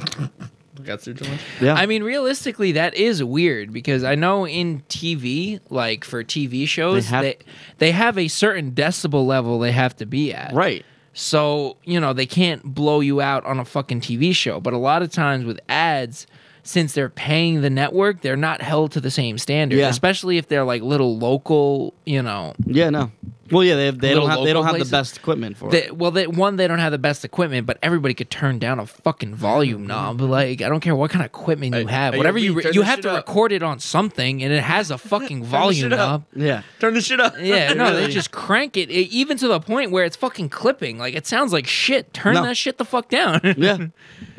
got through too much.
yeah.
I mean, realistically, that is weird because I know in TV, like for TV shows,
have-
they, they have a certain decibel level they have to be at.
right.
So, you know, they can't blow you out on a fucking TV show. But a lot of times with ads, since they're paying the network, they're not held to the same standard,
Yeah.
especially if they're like little local, you know.
Yeah. No. Well, yeah. They, they
Little
don't have they
local
don't have
places?
the best equipment for it.
They, well, they, one, they don't have the best equipment, but everybody could turn down a fucking volume knob. Like, I don't care what kind of equipment you
Mm-hmm. Hey,
have.
hey,
Whatever
yo,
you,
B,
re-
turn
you
this
have
shit
to
up.
record it on something and it has a fucking
shit
volume
up.
knob.
Yeah.
Turn this shit up.
Yeah, no, they
Really?
just crank it, it, even to the point where it's fucking clipping. Like it sounds like shit. Turn
No.
that shit the fuck down.
Yeah.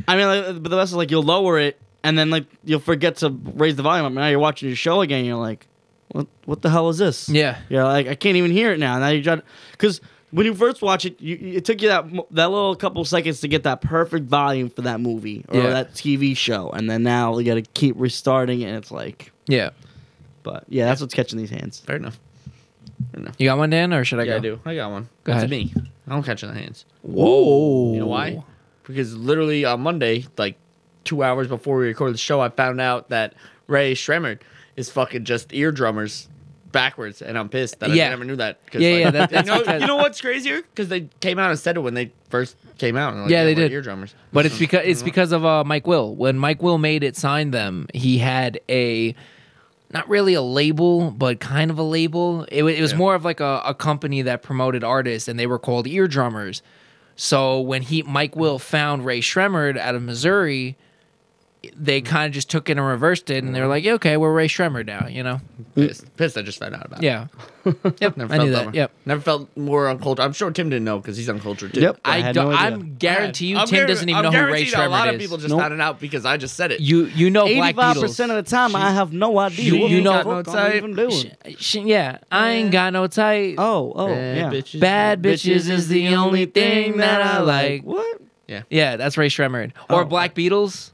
I mean, like, but the best is like you'll lower it and then like you'll forget to raise the volume up. Now you're watching your show again. You're like, what? What the hell is this?
yeah.
Yeah, like I can't even hear it now. Now you try because when you first watch it, you, it took you that mo- that little couple seconds to get that perfect volume for that movie or
Yeah.
that TV show, and then now you got to keep restarting, and it's like,
Yeah.
but yeah, that's what's catching these hands.
Fair enough.
You got one, Dan, or should I
yeah,
go?
I do. I got one.
Go
That's
ahead.
me. I don't catch it in the hands.
Whoa.
You know why? Because literally on Monday, like two hours before we recorded the show, I found out that Ray Shremmerd is fucking just ear drummers backwards, and I'm pissed that
Yeah.
I never knew that. 'cause,
Yeah, yeah, that-
they
that's
know-
because-
you know what's crazier? Because they came out and said it when they first came out. and like,
Yeah, they
we're
did.
Ear drummers.
But it's because
Mm-hmm.
it's because of uh, Mike Will. When Mike Will made it sign them, he had a not really a label, but kind of a label. It, wa- it was
Yeah.
more of like a, a company that promoted artists, and they were called ear drummers. So when he Mike Will
Mm-hmm.
found Ray Shremmerd out of Missouri, they
Mm-hmm.
kind of just took it and reversed it, and they were like, "Yeah, "Okay, we're Ray Shremmerd now," you know?
Pissed. Pissed. I just found out about. it.
Yeah. yep.
Never
I
felt
knew
that
that.
one.
Yep.
Never felt more uncultured. I'm sure Tim didn't know because he's uncultured too.
Yep, I,
I,
had
don't.
no idea.
I'm guarantee you,
I'm
Tim
guaran-
doesn't even
I'm
know who Ray
guaranteed A lot
Shremmerd
of
is.
people just
Nope.
found it out because I just said it.
you you know Black
Eighty-five
Beatles.
percent of the time, I have no idea.
You-
what
you
the
know-
fuck I'm
outside-
even doing.
Sh- sh- yeah, I ain't got no tight.
Oh, oh,
Eh,
Bad
yeah.
bitches.
Bad bitches is the only thing that I like.
What?
Yeah, that's Ray Shremmerd. Or
Oh.
Black Beatles.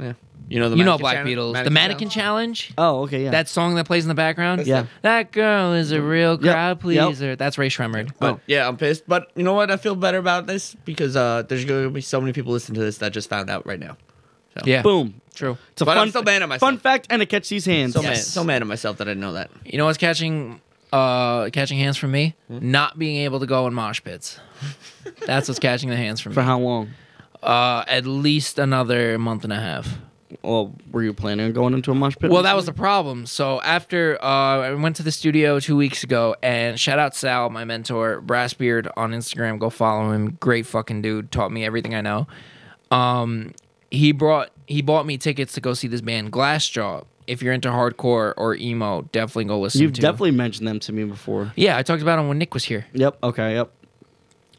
Yeah. You know the
You know
mannequin
Black
challenge?
Beatles. the Mannequin Challenge.
Oh, okay, yeah.
That song that plays in the background.
Yeah.
That girl is a real
Yep,
crowd
yep.
pleaser. That's Ray Shremmerd.
But
Oh.
yeah, I'm pissed. But you know what? I feel better about this because uh, there's going to be so many people listening to this that just found out right now. So.
Yeah.
Boom.
True.
It's a
But I'm
fun,
still mad at myself.
fun fact, and it catch these hands.
So, mad,
Yes.
so mad at myself that I didn't know that.
You know what's catching uh catching hands from me? Not being able to go in mosh pits. That's what's catching the hands from
For
me.
how long?
Uh at least another month and a half.
Well, were you planning on going into a mosh pit?
Well, that was the problem. So after uh, I went to the studio two weeks ago, and shout out Sal, my mentor, Brassbeard on Instagram. Go follow him. Great fucking dude. Taught me everything I know. Um, he brought he bought me tickets to go see this band Glassjaw. If you're into hardcore or emo, definitely go listen.
You've
to.
definitely mentioned them to me before.
yeah. I talked about him when Nick was here.
Yep. Okay. Yep.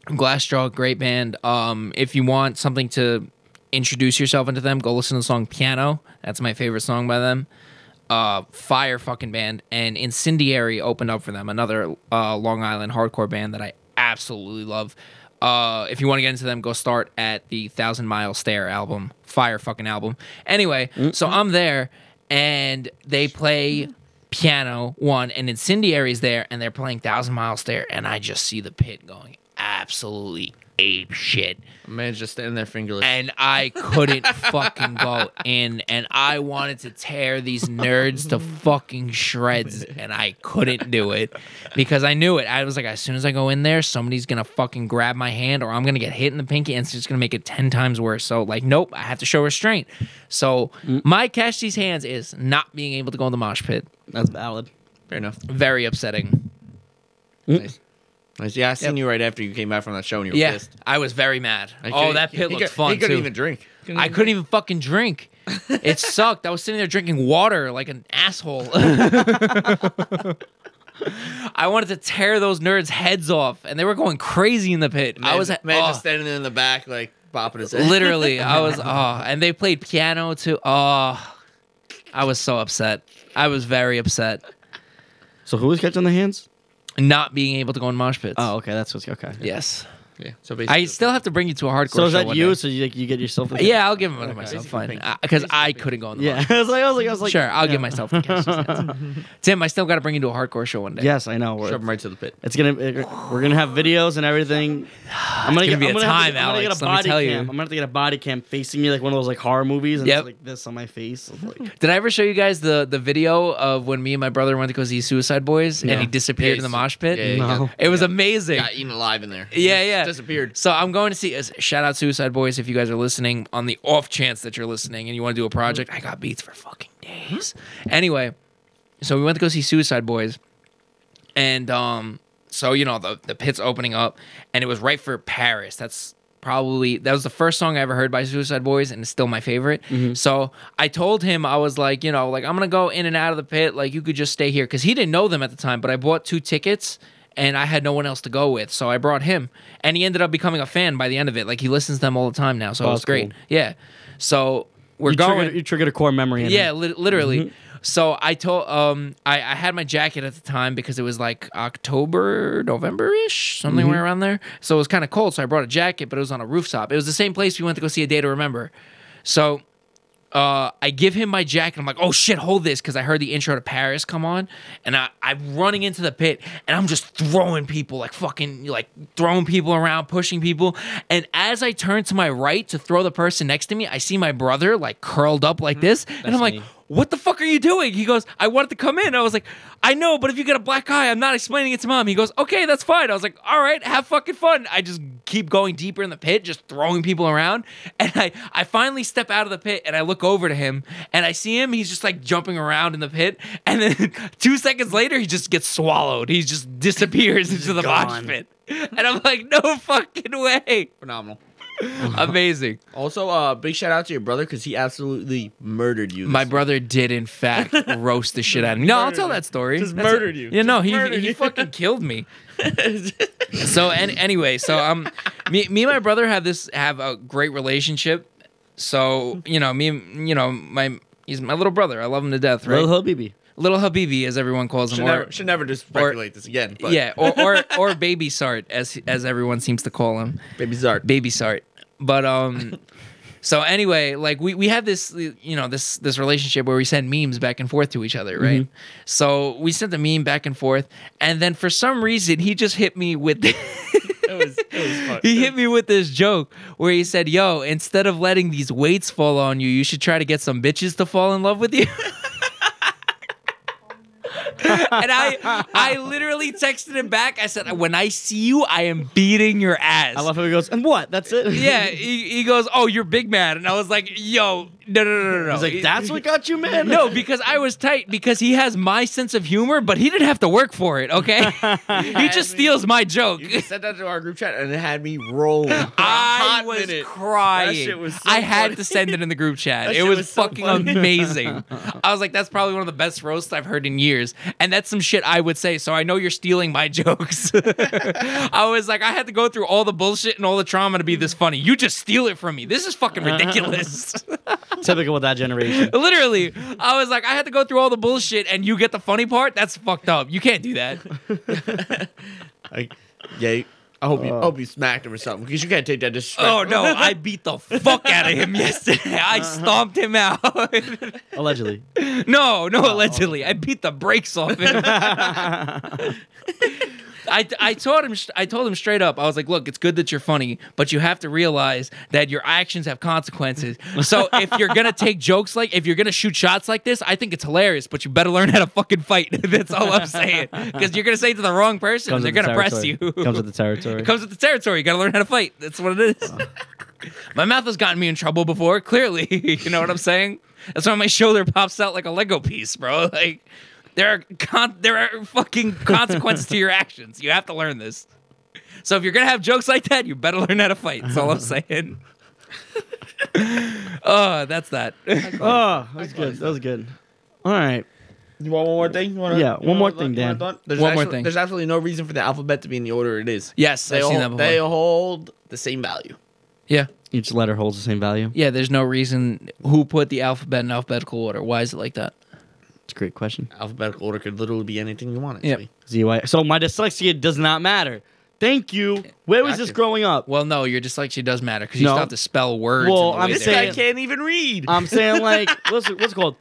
Glassjaw, great band. Um, if you want something to introduce yourself into them, go listen to the song Piano. That's my favorite song by them. Uh, fire fucking band. And Incendiary opened up for them, another uh, Long Island hardcore band that I absolutely love. Uh, if you want to get into them, go start at the Thousand Mile Stare album, fire fucking album. Anyway, so I'm there, and they play piano one, and Incendiary's there, and they're playing Thousand Mile Stare, and I just see the pit going absolutely ape shit
Man's just standing there fingerless.
and I couldn't fucking go in, and I wanted to tear these nerds to fucking shreds, and I couldn't do it because I knew it. I was like, as soon as I go in there, somebody's gonna fucking grab my hand, or I'm gonna get hit in the pinky, and it's just gonna make it ten times worse. So, like, nope, I have to show restraint.
Mm.
So, my catch these hands is not being able to go in the mosh pit.
That's valid.
Fair enough.
Very upsetting.
Nice. Nice. Yeah, I seen you right after you came back from that show and you were
Yeah,
pissed.
I was very mad.
Like,
oh,
he-
that pit
he
looked
cou-
fun
He couldn't
too.
even drink.
I
Mm.
couldn't even fucking drink. It sucked. I was sitting there drinking water like an asshole. I wanted to tear those nerds' heads off, and they were going crazy in the pit. I was
man
oh,
just standing in the back like bopping his head.
literally. I was oh, and they played piano too. Oh, I was so upset. I was very upset
So who was catching the hands?
not being able to go in mosh pits.
Oh, okay, that's what's okay.
yes.
Yeah. So basically,
I still have to bring you to a hardcore.
So is
show
that
one
you?
day.
So you, like, you get yourself? A
Yeah, I'll give him one to myself.
Basically
Fine,
pink.
because I couldn't go in the
yeah.
mosh
I was like, I was like, I was like,
sure, I'll
yeah.
give myself a kiss. Tim, I still got to bring you to a hardcore show one day.
Yes, I know. We're,
shove him right to the pit.
It's gonna. it- we're gonna have videos and everything. I'm gonna,
It's gonna be
I'm
a
gonna have
time,
to, I'm gonna get
Alex,
a
let me
body
tell
cam.
you.
I'm gonna have to get a body cam facing me like one of those like horror movies and
Yep.
it's like this on my face. It's like,
Did I ever show you guys the the video of when me and my brother went to go see Suicide Boys and he disappeared in the mosh pit?
Yeah, he got-
No.
It was amazing.
Got eaten alive in there.
Yeah, yeah.
Disappeared.
So I'm going to see. uh, Shout out Suicide Boys if you guys are listening. On the off chance that you're listening and you want to do a project, I got beats for fucking days. Anyway, so we went to go see Suicide Boys, and um, so you know the the pit's opening up, and it was right for Paris. That's probably that was the first song I ever heard by Suicide Boys, and it's still my favorite.
Mm-hmm.
So I told him I was like, you know, like I'm gonna go in and out of the pit. Like you could just stay here because he didn't know them at the time, but I bought two tickets. And I had no one else to go with, so I brought him, and he ended up becoming a fan by the end of it. Like he listens to them all the time now, so it was
Oh, that's
great.
cool.
Yeah, so we're
you,
going.
triggered, you triggered a core memory. In
Yeah,
it.
li- literally. So I told um I, I had my jacket at the time because it was like October, November ish, something where around there. So it was kind of cold, so I brought a jacket, but it was on a rooftop. It was the same place we went to go see a day to remember. So uh, I give him my jacket. I'm like, oh shit, hold this, because I heard the intro to Paris come on, and I, I'm running into the pit, and I'm just throwing people, like fucking, like throwing people around, pushing people. And as I turn to my right to throw the person next to me, I see my brother like curled up like this, and I'm like,
me.
what the fuck are you doing? He goes, I wanted to come in. I was like, I know, but if you get a black eye, I'm not explaining it to mom. He goes, okay, that's fine. I was like, all right, have fucking fun. I just keep going deeper in the pit, just throwing people around. And I, I finally step out of the pit and I look over to him and I see him. He's just like jumping around in the pit. And then two seconds later, he just gets swallowed. He just disappears into the mosh
gone.
pit. And I'm like, no fucking way.
Phenomenal.
Amazing.
Also, uh, big shout out to your brother because he absolutely murdered you.
My
this-
brother did, in fact, roast the shit out of me. No, I'll tell that story.
Just
That's it.
murdered you.
Yeah, no, he,
Murdered
he
you.
fucking killed me. so and anyway, so um, me, me and my brother have this have a great relationship. So you know me, and- you know my he's my little brother. I love him to death. Right,
Lil
little,
Hub BB.
Habibi, as everyone calls him.
should
or-
never, should never just speculate this again. But
yeah, or, or or baby Sart, as as everyone seems to call him
baby Zart.
baby sart but um so anyway like we we have this you know this this relationship where we send memes back and forth to each other right so we sent the meme back and forth and then for some reason he just hit me with
It was, it was fun.
he hit me with this joke where he said yo instead of letting these weights fall on you you should try to get some bitches to fall in love with you and I, I literally texted him back. I said, "When I see you, I am beating your ass."
I love how he goes. And what? That's it.
Yeah, he, he goes, "Oh, you're big man," and I was like, "Yo, no, no, no, no, no."
He's like, that's what got you, man.
no, because I was tight because he has my sense of humor, but he didn't have to work for it. Okay, he just steals my joke.
You just sent that to our group chat and it had me rolling.
I was crying.
That shit was so
I had
funny.
to send it in the group chat.
That
it
shit
was,
was so
fucking
funny.
amazing. I was like, that's probably one of the best roasts I've heard in years. And that's some shit I would say. So I know you're stealing my jokes. I was like, I had to go through all the bullshit and all the trauma to be this funny. You just steal it from me. This is fucking
Uh-huh.
ridiculous.
Typical with that generation.
Literally, I was like, I had to go through all the bullshit and you get the funny part? That's fucked up. You can't do that.
Like, yeah. I hope
Uh.
you hope you smacked him or something because you can't take that disrespect.
Oh no, I beat the fuck out of him yesterday.
Uh-huh.
I stomped him out.
Allegedly.
No, no,
Oh,
allegedly. I beat the brakes off him. I, I told him I told him straight up. I was like, "Look, it's good that you're funny, but you have to realize that your actions have consequences. So if you're gonna take jokes like, if you're gonna shoot shots like this, I think it's hilarious, but you better learn how to fucking fight. That's all I'm saying. Because you're gonna say it to the wrong person, and
Comes
they're
with the
gonna press you.
territory. Comes with the territory.
It comes with the territory. You gotta learn how to fight. That's what it is. my mouth has gotten me in trouble before, clearly. you know what I'm saying? That's why my shoulder pops out like a Lego piece, bro. Like, There are con- there are fucking consequences to your actions. You have to learn this. So if you're gonna have jokes like that, you better learn how to fight. That's all I'm saying. oh, that's that.
Oh, that was good. That was good. All right.
You want one more thing? You wanna,
Yeah, one
you wanna
more
look-
thing,
you wanna
Dan.
thought? There's
One more
actually-
thing.
There's absolutely no reason for the alphabet to be in the order it is.
Yes,
they
I've
all,
seen that before.
They hold the same value.
yeah,
Each letter holds the same value.
yeah. There's no reason who put the alphabet in alphabetical order. Why is it like that?
It's a great question.
Alphabetical order could literally be anything you want it
Yeah.
to be.
ZY. So my dyslexia does not matter. Thank you. Where was this
Gotcha.
growing up?
Well, no, your dyslexia does matter because you
No.
still have to spell words. in
Well,
the
I'm
way
This
they-
saying- Um,
guy can't even read.
I'm saying like, what's it- what's it called?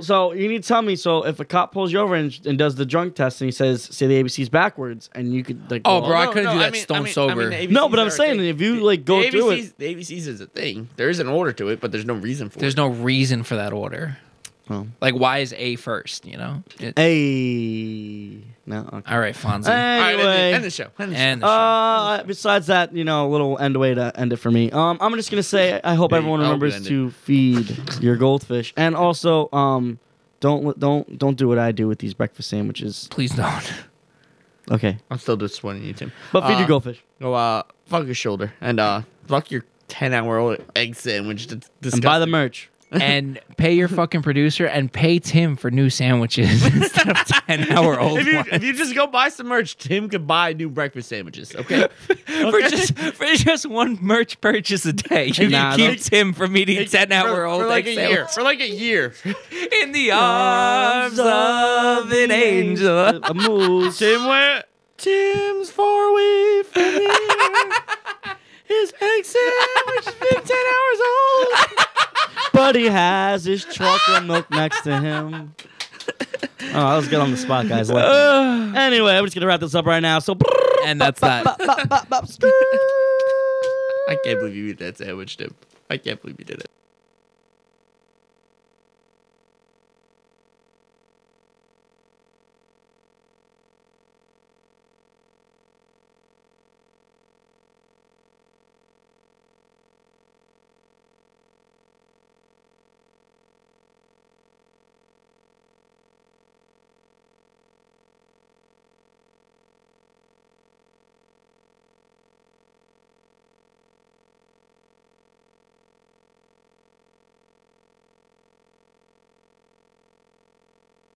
So you need to tell me. So if a cop pulls you over and, and does the drunk test and he says, say the ABCs backwards, and you could like,
Oh,
go,
bro, I couldn't do that stone sober.
the
No, but
ABCs
I'm
are a
saying
thing.
if you, like, go
the
through it-
ABCs the ABCs is a thing. There is an order to it, but there's no reason for
There's
it.
no reason for that order.
Well.
Like, why is A first? You know. It-
Hey, no. Okay.
all right, Fonzie.
All right, end the-
Anyway.
end the show. End the show.
and the show.
Uh, besides that, you know, a little end way to end it for me. Um, I'm just gonna say I hope
There you
everyone
go.
remembers
End it.
to feed your goldfish, and also, um, don't li- don't don't do what I do with these breakfast sandwiches.
please don't.
Okay,
I'm still disappointed in you, Tim.
but feed
Uh,
your goldfish.
Go uh, fuck your shoulder and uh, fuck your ten hour old egg sandwich. That's
And buy the
disgusting.
merch.
and pay your fucking producer and pay Tim for new sandwiches instead of ten hour old
If you,
ones.
if you just go buy some merch, Tim could buy new breakfast sandwiches. Okay,
For just for just one merch purchase a day, you
Nah,
can keep
that's-
Tim from eating ten hour old
for like a
egg
year.
sandwiches.
For like a year,
in the arms of an angel.
A moose.
Tim went. Tim's far away from here. His egg sandwich has been ten hours old.
Buddy has his chocolate milk next to him. Oh, that was good on the spot, guys. I like that. anyway, I'm just gonna wrap this up right now. So,
And that's that.
bop, bop, bop, skirt.
I can't believe you eat that sandwich, Tim. I can't believe you did it.